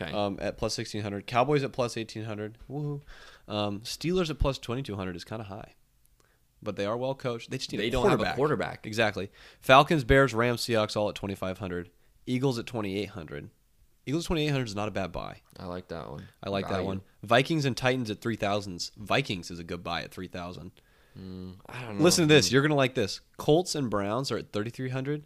Speaker 1: okay.
Speaker 3: um, at plus sixteen hundred. Cowboys at plus eighteen hundred. Woohoo! Um, Steelers at plus twenty two hundred is kind of high, but they are well coached. They just need
Speaker 1: They
Speaker 3: a
Speaker 1: don't have a
Speaker 3: quarterback.
Speaker 1: quarterback.
Speaker 3: Exactly. Falcons, Bears, Rams, Seahawks all at twenty five hundred. Eagles at twenty eight hundred. Eagles twenty eight hundred is not a bad buy.
Speaker 1: I like that one.
Speaker 3: I like that
Speaker 1: Value.
Speaker 3: one. Vikings and Titans at three thousands. Vikings is a good buy at three thousand.
Speaker 1: Mm-hmm. I don't know.
Speaker 3: Listen to this. You're going to like this. Colts and Browns are at 3,300.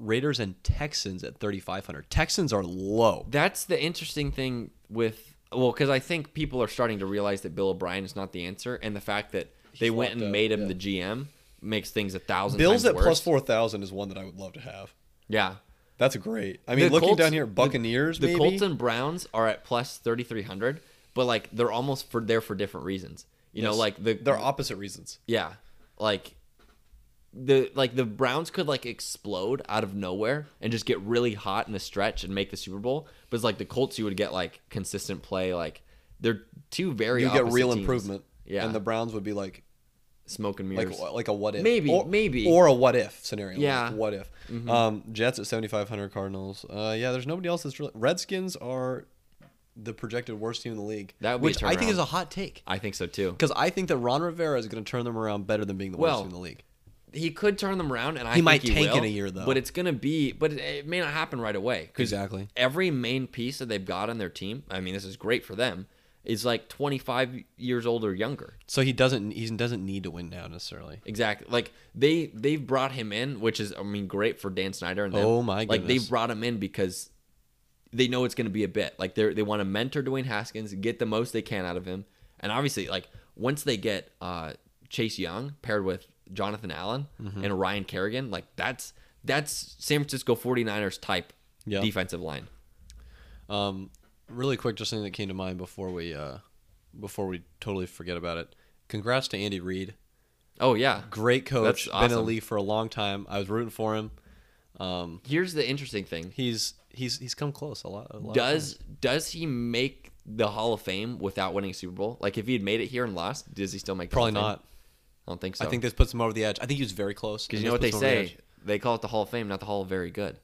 Speaker 3: Raiders and Texans at 3,500. Texans are low.
Speaker 1: That's the interesting thing with well, because I think people are starting to realize that Bill O'Brien is not the answer, and the fact that they went
Speaker 3: locked
Speaker 1: and
Speaker 3: up,
Speaker 1: made him
Speaker 3: yeah.
Speaker 1: the GM makes things a thousand.
Speaker 3: Bills
Speaker 1: times
Speaker 3: at
Speaker 1: worse.
Speaker 3: plus 4,000 is one that I would love to have.
Speaker 1: Yeah,
Speaker 3: That's great. I mean,
Speaker 1: The
Speaker 3: looking
Speaker 1: Colts-
Speaker 3: down here, Buccaneers,
Speaker 1: the
Speaker 3: maybe?
Speaker 1: Colts and Browns are at plus thirty three hundred. but like they're almost for there for different reasons. You know,
Speaker 3: Yes.
Speaker 1: like the
Speaker 3: They're opposite reasons.
Speaker 1: yeah, like the like the Browns could like explode out of nowhere and just get really hot in a stretch and make the Super Bowl. But it's like the Colts, you would get like consistent play. Like they're two very
Speaker 3: You get
Speaker 1: opposite
Speaker 3: real
Speaker 1: teams.
Speaker 3: improvement.
Speaker 1: Yeah.
Speaker 3: And the Browns would be like
Speaker 1: Smoke and mirrors.
Speaker 3: like like a what if
Speaker 1: Maybe,
Speaker 3: or,
Speaker 1: maybe.
Speaker 3: or a what if scenario yeah
Speaker 1: Yeah. Mm-hmm.
Speaker 3: what if um jets at 7500 cardinals uh yeah there's nobody else that's really redskins are the projected worst team in the league
Speaker 1: That would be a
Speaker 3: which i think
Speaker 1: turnaround.
Speaker 3: is a hot take
Speaker 1: I think so too.
Speaker 3: because i think that ron rivera is going to turn them around better than being the worst
Speaker 1: Well,
Speaker 3: team in the league
Speaker 1: He could turn them around, and I
Speaker 3: He
Speaker 1: think
Speaker 3: might tank
Speaker 1: will,
Speaker 3: in a year, though.
Speaker 1: But it's gonna be, but it, it may not happen right away. 'cause
Speaker 3: Exactly.
Speaker 1: Every main piece that they've got on their team, I mean, this is great for them. Is like 25 years old or younger.
Speaker 3: so he doesn't he doesn't need to win now necessarily
Speaker 1: Exactly. Like they they've brought him in, which is I mean great for Dan Snyder and them.
Speaker 3: Oh, my
Speaker 1: Like
Speaker 3: goodness.
Speaker 1: they brought him in because they know it's going to be a bit. Like they they want to mentor Dwayne Haskins, get the most they can out of him, and obviously like once they get uh, Chase Young paired with Jonathan Allen
Speaker 3: Mm-hmm.
Speaker 1: and Ryan Kerrigan, like that's that's San Francisco 49ers type
Speaker 3: Yeah.
Speaker 1: defensive line.
Speaker 3: Um, really quick, just something that came to mind before we uh, before we totally forget about it. Congrats to Andy Reid,
Speaker 1: Oh yeah.
Speaker 3: great coach,
Speaker 1: That's
Speaker 3: been in the
Speaker 1: awesome.
Speaker 3: league for a long time. I was rooting for him. Um,
Speaker 1: Here's the interesting thing.
Speaker 3: he's he's he's come close a lot. A lot of times.
Speaker 1: Does does he make the Hall of Fame without winning a Super Bowl? Like if he had made it here and lost, does he still make? the
Speaker 3: probably
Speaker 1: Hall of Fame?
Speaker 3: not.
Speaker 1: I don't think so.
Speaker 3: I think this puts him over the edge. I think he was very close.
Speaker 1: because you know what they say, they call it the Hall of Fame, not the Hall of Very Good.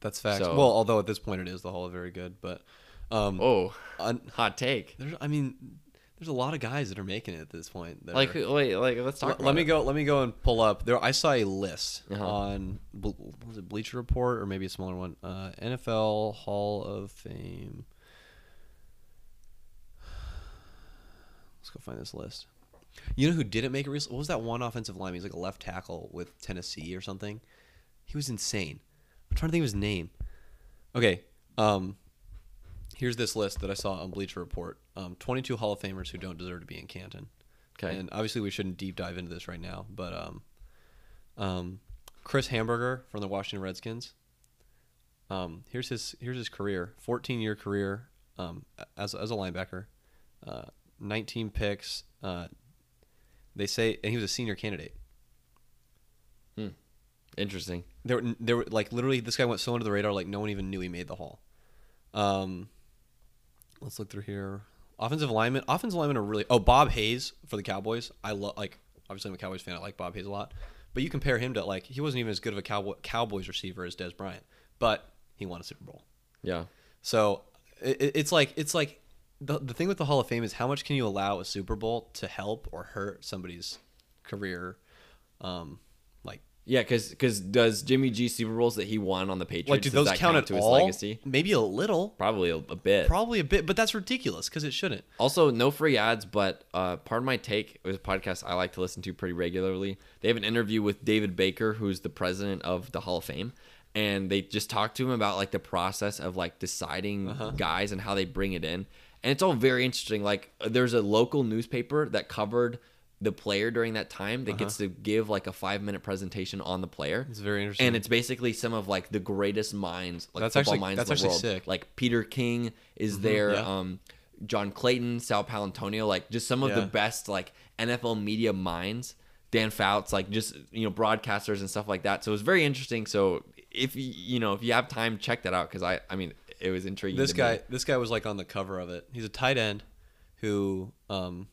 Speaker 3: That's facts.
Speaker 1: So-
Speaker 3: Well, although at this point it is the Hall of Very Good, but um,
Speaker 1: Oh,
Speaker 3: un-
Speaker 1: hot take.
Speaker 3: there's I mean, there's a lot of guys that are making it at this point. that
Speaker 1: Like
Speaker 3: are-
Speaker 1: who- wait, like let's
Speaker 3: L-
Speaker 1: talk.
Speaker 3: let me go. Let me go and pull up. There, I saw a list
Speaker 1: Uh-huh.
Speaker 3: on Ble- what was it Bleacher Report or maybe a smaller one. Uh, NFL Hall of Fame. Let's go find this list. You know who didn't make it recently? What was that one offensive lineman? He's like a left tackle with Tennessee or something. He was insane. I'm trying to think of his name. Okay. Um, here's this list that I saw on Bleacher Report. Um, 22 Hall of Famers who don't deserve to be in Canton.
Speaker 1: Okay.
Speaker 3: And obviously, we shouldn't deep dive into this right now, but um, um, Chris Hamburger from the Washington Redskins. Um, here's his here's his career, 14 year career um, as as a linebacker, uh, 19 picks. Uh, they say, and he was a senior candidate.
Speaker 1: Interesting.
Speaker 3: There, were- there were like literally this guy went so under the radar, like no one even knew he made the hall. Um, let's look through here. Offensive lineman, offensive linemen are really. Oh, Bob Hayes for the Cowboys. I love like obviously I'm a Cowboys fan. I like Bob Hayes a lot, but you compare him to like he wasn't even as good of a Cowboy, Cowboys receiver as Des Bryant, but he won a Super Bowl.
Speaker 1: Yeah.
Speaker 3: So it, it's like it's like the the thing with the Hall of Fame is how much can you allow a Super Bowl to help or hurt somebody's career, um, like
Speaker 1: Yeah, because does Jimmy G Super Bowls that he won on the Patriots
Speaker 3: like do
Speaker 1: does
Speaker 3: those
Speaker 1: that
Speaker 3: count, at
Speaker 1: to his
Speaker 3: all?
Speaker 1: legacy?
Speaker 3: Maybe a little,
Speaker 1: Probably a, a bit.
Speaker 3: probably a bit, but that's ridiculous because it shouldn't.
Speaker 1: Also, no free ads, but uh, part of my take is a podcast I like to listen to pretty regularly. They have an interview with David Baker, who's the president of the Hall of Fame, and they just talk to him about like the process of like deciding guys and how they bring it in. And it's all very interesting. Like, there's a local newspaper that covered the player during that time that gets to give like a five minute presentation on the player.
Speaker 3: It's very interesting.
Speaker 1: And it's basically some of like the greatest minds, like
Speaker 3: That's
Speaker 1: football
Speaker 3: actually-
Speaker 1: minds
Speaker 3: that's
Speaker 1: in the
Speaker 3: actually
Speaker 1: world.
Speaker 3: sick. Mm-hmm,
Speaker 1: Like Peter King is there.
Speaker 3: yeah.
Speaker 1: Um, John Clayton, Sal Palantonio, like just some of the
Speaker 3: Yeah.
Speaker 1: best like NFL media minds. Dan Fouts, like just you know broadcasters and stuff like that. So it was very interesting. So if you you know if you have time, check that out because I I mean it was intriguing.
Speaker 3: This
Speaker 1: to
Speaker 3: guy,
Speaker 1: me.
Speaker 3: this guy was like on the cover of it. He's a tight end who um,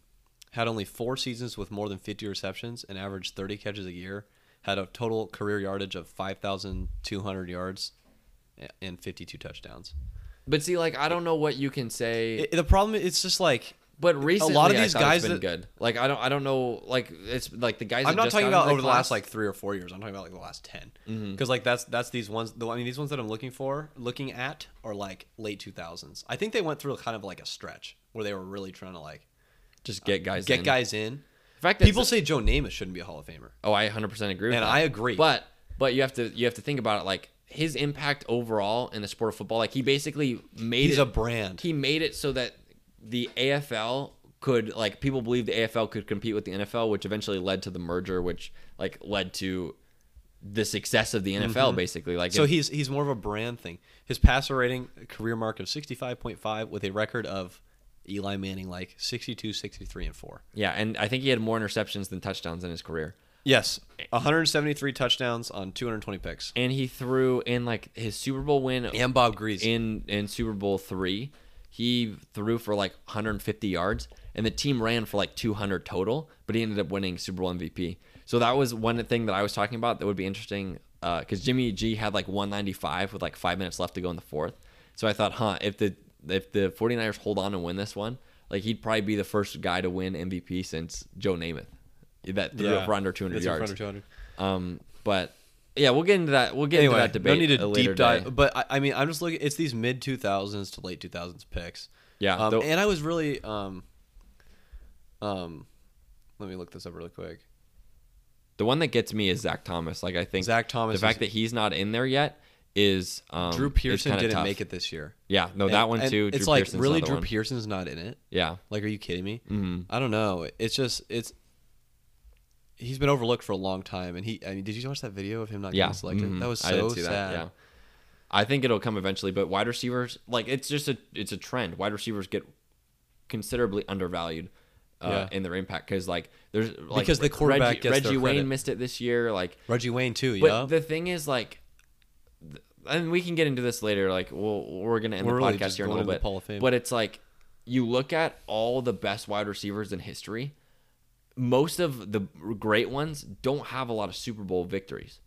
Speaker 3: had only four seasons with more than 50 receptions and averaged 30 catches a year. Had a total career yardage of 5,200 yards a- and 52 touchdowns.
Speaker 1: but see like I don't know what you can say.
Speaker 3: I- the problem is it's just like
Speaker 1: but recently,
Speaker 3: lot of
Speaker 1: I
Speaker 3: these
Speaker 1: thought
Speaker 3: guys
Speaker 1: it's been
Speaker 3: that-
Speaker 1: good. Like I don't I don't know like it's like the Mm-hmm. guys.
Speaker 3: I'm
Speaker 1: that
Speaker 3: not
Speaker 1: just
Speaker 3: talking
Speaker 1: got
Speaker 3: about
Speaker 1: into
Speaker 3: over the last
Speaker 1: class-
Speaker 3: like three or four years. I'm talking about like the last 10 because like that's that's these ones. The, I mean, these ones that I'm looking for, looking at, are like late 2000s. I think they went through kind of like a stretch where they were really trying to like
Speaker 1: just get guys
Speaker 3: get
Speaker 1: in.
Speaker 3: guys in.
Speaker 1: In fact,
Speaker 3: People
Speaker 1: that's-
Speaker 3: say Joe Namath shouldn't be a Hall of Famer.
Speaker 1: Oh, I 100% agree with
Speaker 3: And
Speaker 1: that.
Speaker 3: I agree.
Speaker 1: But but you have to you have to think about it like his impact overall in the sport of football like he basically made
Speaker 3: He's
Speaker 1: it
Speaker 3: a brand.
Speaker 1: he made it so that the AFL could like people believe the AFL could compete with the NFL which eventually led to the merger which like led to the success of the NFL basically like
Speaker 3: Mm-hmm. So
Speaker 1: if-
Speaker 3: he's he's more of a brand thing. His passer rating, career mark of 65.5 with a record of Eli Manning like 62, 63, and four.
Speaker 1: Yeah, and I think he had more interceptions than touchdowns in his career.
Speaker 3: Yes, 173 touchdowns on 220 picks.
Speaker 1: And he threw in like his Super Bowl win
Speaker 3: And Bob Greasy.
Speaker 1: in in Super Bowl 3, he threw for like 150 yards and the team ran for like 200 total, but he ended up winning Super Bowl MVP. So that was one thing that I was talking about that would be interesting uh, cuz Jimmy G had like 195 with like 5 minutes left to go in the fourth. So I thought, "Huh, if the if the 49ers hold on and win this one, like he'd probably be the first guy to win MVP since Joe Namath." That threw it for under 200
Speaker 3: That's in
Speaker 1: yards.
Speaker 3: front of 200.
Speaker 1: Um, but yeah, we'll get into that. We'll get
Speaker 3: anyway,
Speaker 1: into that debate.
Speaker 3: Don't need
Speaker 1: a
Speaker 3: to
Speaker 1: later
Speaker 3: deep dive,
Speaker 1: day.
Speaker 3: but I, I mean, I'm just looking. It's these mid 2000s to late 2000s picks.
Speaker 1: Yeah,
Speaker 3: um,
Speaker 1: though-
Speaker 3: and I was really um, um, let me look this up really quick.
Speaker 1: The one that gets me is Zach Thomas. Like I think
Speaker 3: Zach Thomas
Speaker 1: The fact
Speaker 3: is-
Speaker 1: that he's not in there yet is um,
Speaker 3: Drew
Speaker 1: is
Speaker 3: Pearson
Speaker 1: kinda
Speaker 3: didn't
Speaker 1: tough.
Speaker 3: make it this year.
Speaker 1: Yeah, no,
Speaker 3: And-
Speaker 1: that one
Speaker 3: and
Speaker 1: too. Drew
Speaker 3: It's like
Speaker 1: Pearson's
Speaker 3: really
Speaker 1: another
Speaker 3: Drew
Speaker 1: one.
Speaker 3: Pearson's not in it.
Speaker 1: Yeah,
Speaker 3: Like, are you kidding me?
Speaker 1: Mhm.
Speaker 3: I don't know. It's just it's. He's been overlooked for a long time, and he. I mean, did you watch that video of him not
Speaker 1: yeah.
Speaker 3: getting selected?
Speaker 1: mhm.
Speaker 3: That was so
Speaker 1: I did see
Speaker 3: sad.
Speaker 1: That, yeah. I think it'll come eventually, but wide receivers, like it's just a it's a trend. Wide receivers get considerably undervalued uh, in their impact because like there's like
Speaker 3: Because the quarterback
Speaker 1: Reggie,
Speaker 3: gets their
Speaker 1: Reggie Wayne
Speaker 3: credit.
Speaker 1: missed it this year. Like
Speaker 3: Reggie Wayne too.
Speaker 1: But
Speaker 3: Yeah,
Speaker 1: the thing is, like, th- and we can get into this later. Like, we'll, we're gonna end
Speaker 3: We're
Speaker 1: the
Speaker 3: really
Speaker 1: podcast
Speaker 3: just
Speaker 1: here in a
Speaker 3: going
Speaker 1: little
Speaker 3: into
Speaker 1: bit.
Speaker 3: the Hall of Fame.
Speaker 1: But it's like you look at all the best wide receivers in history. Most of the great ones don't have a lot of Super Bowl victories.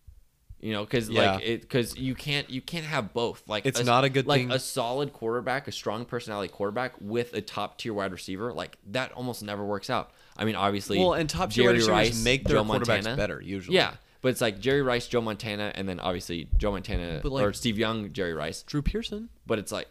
Speaker 1: You know, because like
Speaker 3: Yeah.
Speaker 1: it, because you can't you can't have both. Like
Speaker 3: It's not a good
Speaker 1: like
Speaker 3: thing-
Speaker 1: a solid quarterback, a strong personality quarterback with a top tier wide receiver. Like that almost never works out. I mean, obviously,
Speaker 3: Well, and top-tier
Speaker 1: Jerry
Speaker 3: wide receivers
Speaker 1: Rice,
Speaker 3: make their
Speaker 1: Joe
Speaker 3: quarterbacks
Speaker 1: Montana.
Speaker 3: better, usually.
Speaker 1: Yeah, but it's like Jerry Rice, Joe Montana, and then obviously Joe Montana
Speaker 3: But, like-
Speaker 1: or Steve Young, Jerry Rice.
Speaker 3: Drew Pearson.
Speaker 1: But it's like,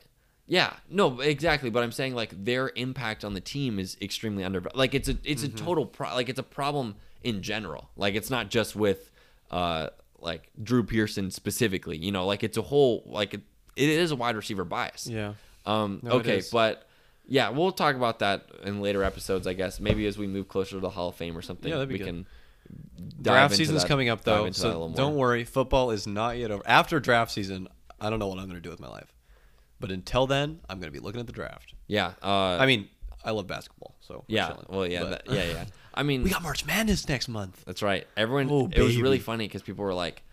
Speaker 1: yeah, no, exactly. But I'm saying like their impact on the team is extremely under. Like it's a it's
Speaker 3: Mm-hmm.
Speaker 1: a total pro- like it's a problem in general. Like it's not just with uh like Drew Pearson specifically. You know, like it's a whole like it, it is a wide receiver bias.
Speaker 3: Yeah.
Speaker 1: Um,
Speaker 3: No, it
Speaker 1: okay,
Speaker 3: is.
Speaker 1: but yeah, we'll talk about that in later episodes, I guess. Maybe as we move closer to the Hall of Fame or something,
Speaker 3: Yeah, that'd be
Speaker 1: we
Speaker 3: good.
Speaker 1: can. dive
Speaker 3: draft
Speaker 1: into
Speaker 3: season's
Speaker 1: that-
Speaker 3: coming up
Speaker 1: dive
Speaker 3: though,
Speaker 1: into that a
Speaker 3: so
Speaker 1: little more.
Speaker 3: don't worry. Football is not yet over. After draft season, I don't know what I'm going to do with my life, but until then, I'm going to be looking at the draft.
Speaker 1: Yeah. Uh,
Speaker 3: I mean, I love basketball, so we're
Speaker 1: yeah.
Speaker 3: chilling,
Speaker 1: well, yeah.
Speaker 3: but-
Speaker 1: that- yeah. Yeah. I mean,
Speaker 3: we got March Madness next month.
Speaker 1: that's right. Everyone.
Speaker 3: Oh,
Speaker 1: it was really
Speaker 3: baby.
Speaker 1: funny because people were like,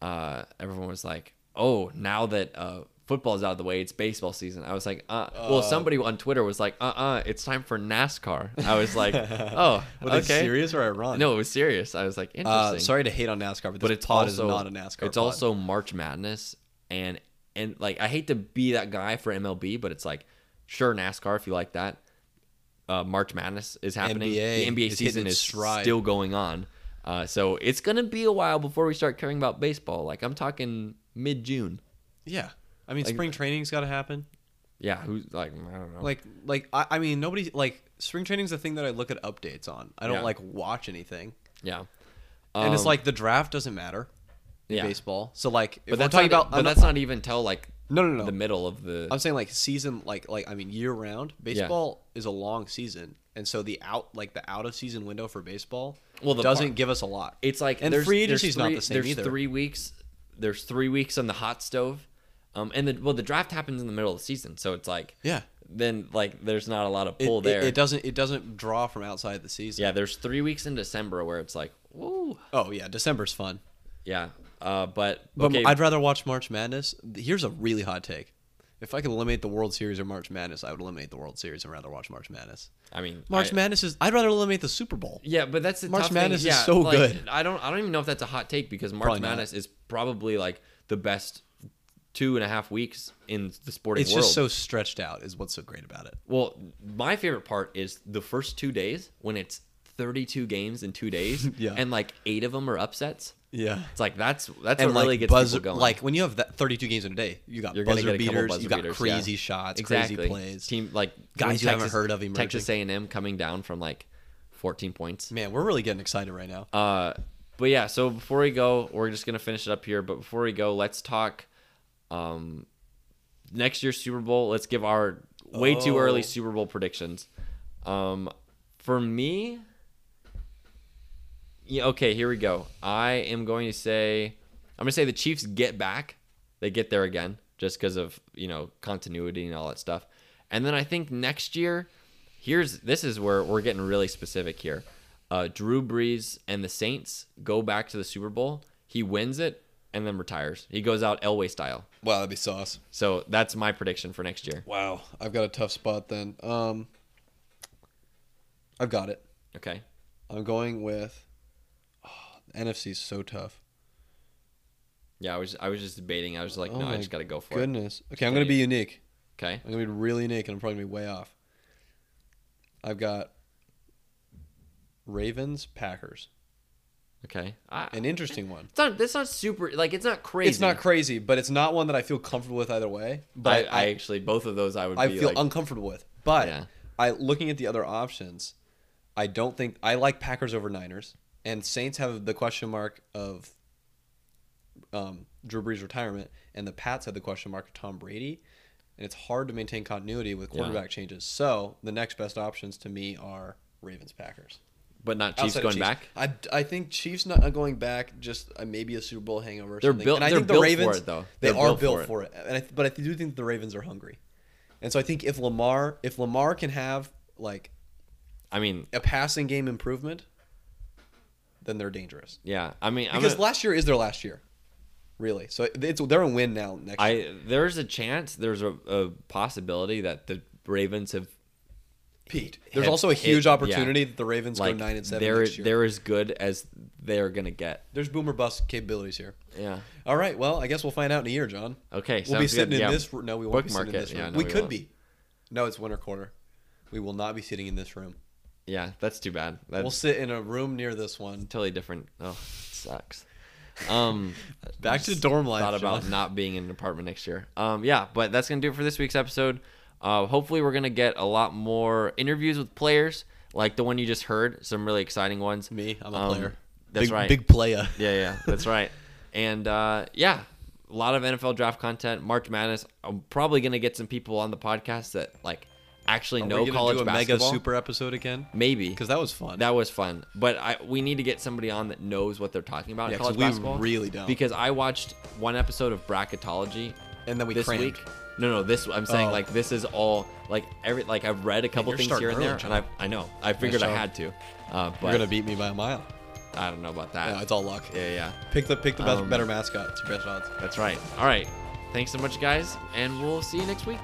Speaker 1: uh, everyone was like, "Oh, now that uh, football's out of the way, it's baseball season." I was like, "Uh." well, somebody on Twitter was like, "Uh, uh, it's time for NASCAR." I was like, "Oh,
Speaker 3: Were they
Speaker 1: okay."
Speaker 3: serious or ironic?
Speaker 1: No, it was serious. I was like, "Interesting."
Speaker 3: Uh, sorry to hate on NASCAR, but,
Speaker 1: but
Speaker 3: this
Speaker 1: it's
Speaker 3: pod
Speaker 1: also
Speaker 3: is not a NASCAR.
Speaker 1: It's
Speaker 3: pod.
Speaker 1: also March Madness, and and like I hate to be that guy for MLB, but it's like sure NASCAR if you like that. Uh, March Madness is happening. the
Speaker 3: NBA
Speaker 1: NBA
Speaker 3: is hitting
Speaker 1: season
Speaker 3: its
Speaker 1: is
Speaker 3: stride.
Speaker 1: still going on, uh, so it's gonna be a while before we start caring about baseball. Like I'm talking mid June.
Speaker 3: yeah. I mean,
Speaker 1: like- Oh.
Speaker 3: spring training's got to happen.
Speaker 1: Yeah, who's like I don't know.
Speaker 3: Like, like I, I mean, nobody like spring training's the thing that I look at updates on. I don't
Speaker 1: Yeah.
Speaker 3: like watch anything,
Speaker 1: yeah,
Speaker 3: and it's
Speaker 1: Um,
Speaker 3: like the draft doesn't matter. In
Speaker 1: Yeah.
Speaker 3: baseball. So like, if
Speaker 1: but
Speaker 3: we're
Speaker 1: that's
Speaker 3: talking
Speaker 1: not,
Speaker 3: about,
Speaker 1: but
Speaker 3: I'm not-
Speaker 1: that's not even till like
Speaker 3: No, no, no.
Speaker 1: the middle of the
Speaker 3: I'm saying like season, like like I mean year round. Baseball is a long season, and so the out like the out of season window for baseball
Speaker 1: Well, the
Speaker 3: doesn't
Speaker 1: par-
Speaker 3: give us a lot.
Speaker 1: It's like
Speaker 3: and
Speaker 1: there's-
Speaker 3: free
Speaker 1: there's
Speaker 3: agency's not
Speaker 1: three-
Speaker 3: the same
Speaker 1: there's
Speaker 3: either.
Speaker 1: Three weeks. There's three weeks on the hot stove, um, and the well, the draft happens in the middle of the season, so it's like
Speaker 3: Yeah.
Speaker 1: Then like there's not a lot of
Speaker 3: It-
Speaker 1: pull
Speaker 3: it,
Speaker 1: there.
Speaker 3: It, doesn't it doesn't draw from outside the season.
Speaker 1: yeah, there's three weeks in December where it's like, whoa,
Speaker 3: Oh yeah, December's fun,
Speaker 1: yeah. Uh, but
Speaker 3: but
Speaker 1: okay,
Speaker 3: I'd rather watch March Madness. Here's a really hot take. If I could eliminate the World Series or March Madness, I would eliminate the World Series and rather watch March Madness.
Speaker 1: I mean
Speaker 3: March
Speaker 1: I-
Speaker 3: Madness is. I'd rather eliminate the Super Bowl.
Speaker 1: Yeah, but that's the
Speaker 3: March
Speaker 1: tough thing.
Speaker 3: Madness is
Speaker 1: Yeah,
Speaker 3: so
Speaker 1: like,
Speaker 3: good.
Speaker 1: I don't I don't even know if that's a hot take because March
Speaker 3: Probably not.
Speaker 1: Madness is probably like the best two and a half weeks in the sporting
Speaker 3: It's
Speaker 1: world.
Speaker 3: just so stretched out. Is what's so great about it.
Speaker 1: Well, my favorite part is the first two days when it's 32 games in two days,
Speaker 3: Yeah.
Speaker 1: and like eight of them are upsets.
Speaker 3: Yeah.
Speaker 1: It's like that's that's
Speaker 3: and
Speaker 1: what
Speaker 3: like
Speaker 1: really gets
Speaker 3: buzzer,
Speaker 1: people going.
Speaker 3: like when you have that 32 games in a day, you got
Speaker 1: You're gonna
Speaker 3: buzzer
Speaker 1: get a couple
Speaker 3: beaters,
Speaker 1: buzzer
Speaker 3: you got
Speaker 1: beaters, yeah.
Speaker 3: crazy shots, crazy plays.
Speaker 1: Team like
Speaker 3: Guys
Speaker 1: when
Speaker 3: you haven't heard of emerging.
Speaker 1: Texas A&M coming down from like 14 points.
Speaker 3: Man, we're really getting excited right now.
Speaker 1: Uh, but yeah, so before we go, we're just gonna finish it up here. But before we go, let's talk um, next year's Super Bowl. Let's give our way too
Speaker 3: Oh.
Speaker 1: early Super Bowl predictions. Um, for me, yeah, okay, here we go. I am going to say, I'm gonna say the Chiefs get back. They get there again, just because of you know continuity and all that stuff. And then I think next year, here's this is where we're getting really specific here. Uh, Drew Brees and the Saints go back to the Super Bowl. He wins it and then retires. He goes out Elway style.
Speaker 3: Wow, that'd be sauce.
Speaker 1: So that's my prediction for next year.
Speaker 3: Wow, I've got a tough spot then. Um, I've got it.
Speaker 1: Okay.
Speaker 3: I'm going with oh, NFC's so tough.
Speaker 1: Yeah, I was I was just debating. I was like,
Speaker 3: Oh
Speaker 1: no, I
Speaker 3: my
Speaker 1: just got to go for it.
Speaker 3: Goodness. Okay, I'm gonna be unique.
Speaker 1: Okay.
Speaker 3: I'm gonna be really unique, and I'm probably gonna be way off. I've got Ravens, Packers,
Speaker 1: Okay. I,
Speaker 3: an interesting one.
Speaker 1: it's not. That's not super. Like it's not crazy.
Speaker 3: It's not crazy, but it's not one that I feel comfortable with either way.
Speaker 1: I,
Speaker 3: But
Speaker 1: I actually both of those I would
Speaker 3: I
Speaker 1: be
Speaker 3: feel
Speaker 1: like,
Speaker 3: uncomfortable with. But
Speaker 1: Yeah.
Speaker 3: I looking at the other options, I don't think I like Packers over Niners, and Saints have the question mark of um, Drew Brees' retirement, and the Pats have the question mark of Tom Brady, and it's hard to maintain continuity with quarterback changes. So the next best options to me are Ravens Packers.
Speaker 1: but not Chiefs
Speaker 3: Outside of
Speaker 1: going
Speaker 3: Chiefs.
Speaker 1: back.
Speaker 3: I, I think Chiefs not uh, going back. Just uh, maybe a Super Bowl hangover. Or
Speaker 1: They're
Speaker 3: something.
Speaker 1: built-
Speaker 3: And I
Speaker 1: they're
Speaker 3: think the
Speaker 1: built for
Speaker 3: Ravens,
Speaker 1: it, though.
Speaker 3: They
Speaker 1: They're
Speaker 3: are
Speaker 1: built
Speaker 3: built,
Speaker 1: for it.
Speaker 3: for it. And I, th- but I do think the Ravens are hungry, and so I think if Lamar if Lamar can have like
Speaker 1: I mean,
Speaker 3: a passing game improvement, then they're dangerous.
Speaker 1: yeah. I mean, I'm
Speaker 3: Because
Speaker 1: gonna-
Speaker 3: last year is their last year, really. So it's they're a win now. Next, year.
Speaker 1: I there's a chance, there's a, a possibility that the Ravens have
Speaker 3: Pete. There's
Speaker 1: hit-
Speaker 3: also a
Speaker 1: hit-
Speaker 3: huge
Speaker 1: yeah.
Speaker 3: opportunity that the Ravens
Speaker 1: like
Speaker 3: go nine and seven
Speaker 1: they're
Speaker 3: next year.
Speaker 1: they're as good as they're gonna get.
Speaker 3: There's boomer bust capabilities here.
Speaker 1: Yeah.
Speaker 3: All right. Well, I guess we'll find out in a year, John.
Speaker 1: Okay.
Speaker 3: We'll
Speaker 1: sounds
Speaker 3: be
Speaker 1: good.
Speaker 3: sitting in
Speaker 1: Yeah.
Speaker 3: this. r- No, we won't be
Speaker 1: Bookmark
Speaker 3: sitting in this
Speaker 1: it.
Speaker 3: room.
Speaker 1: Yeah, no,
Speaker 3: we,
Speaker 1: we
Speaker 3: could
Speaker 1: won't.
Speaker 3: be. No, it's winter quarter. We will not be sitting in this room.
Speaker 1: Yeah, that's too bad. That's
Speaker 3: We'll sit in a room near this one.
Speaker 1: totally different. Oh, it sucks. Um,
Speaker 3: Back to dorm life.
Speaker 1: thought about
Speaker 3: John.
Speaker 1: not being in an apartment next year. Um, yeah, but that's gonna do it for this week's episode. Uh, hopefully, we're gonna get a lot more interviews with players, like the one you just heard. Some really exciting ones.
Speaker 3: me. I'm a
Speaker 1: Um,
Speaker 3: player.
Speaker 1: That's
Speaker 3: big,
Speaker 1: right.
Speaker 3: Big player.
Speaker 1: Yeah, yeah, that's right. And uh, yeah, a lot of NFL draft content. March Madness. I'm probably gonna get some people on the podcast that like actually
Speaker 3: Are we
Speaker 1: know
Speaker 3: gonna
Speaker 1: college
Speaker 3: do a
Speaker 1: basketball.
Speaker 3: mega super episode again?
Speaker 1: Maybe
Speaker 3: Because that was fun.
Speaker 1: that was fun. But I we need to get somebody on that knows what they're talking about. in
Speaker 3: Yeah, 'cause
Speaker 1: college
Speaker 3: we
Speaker 1: basketball.
Speaker 3: really don't.
Speaker 1: Because I watched one episode of bracketology
Speaker 3: and then we
Speaker 1: this
Speaker 3: crammed.
Speaker 1: week. No, no, this I'm saying
Speaker 3: Oh.
Speaker 1: like this is all like every like I've read a couple
Speaker 3: you're
Speaker 1: things
Speaker 3: starting
Speaker 1: here and there,
Speaker 3: early,
Speaker 1: and I I know I figured I
Speaker 3: job.
Speaker 1: had to, uh, but
Speaker 3: You're gonna beat me by a mile.
Speaker 1: I don't know about
Speaker 3: No,
Speaker 1: that.
Speaker 3: it's all luck.
Speaker 1: yeah, yeah,
Speaker 3: Pick the pick the best,
Speaker 1: Um,
Speaker 3: better mascot. It's your best odds.
Speaker 1: that's right. All right, thanks so much, guys, and we'll see you next week.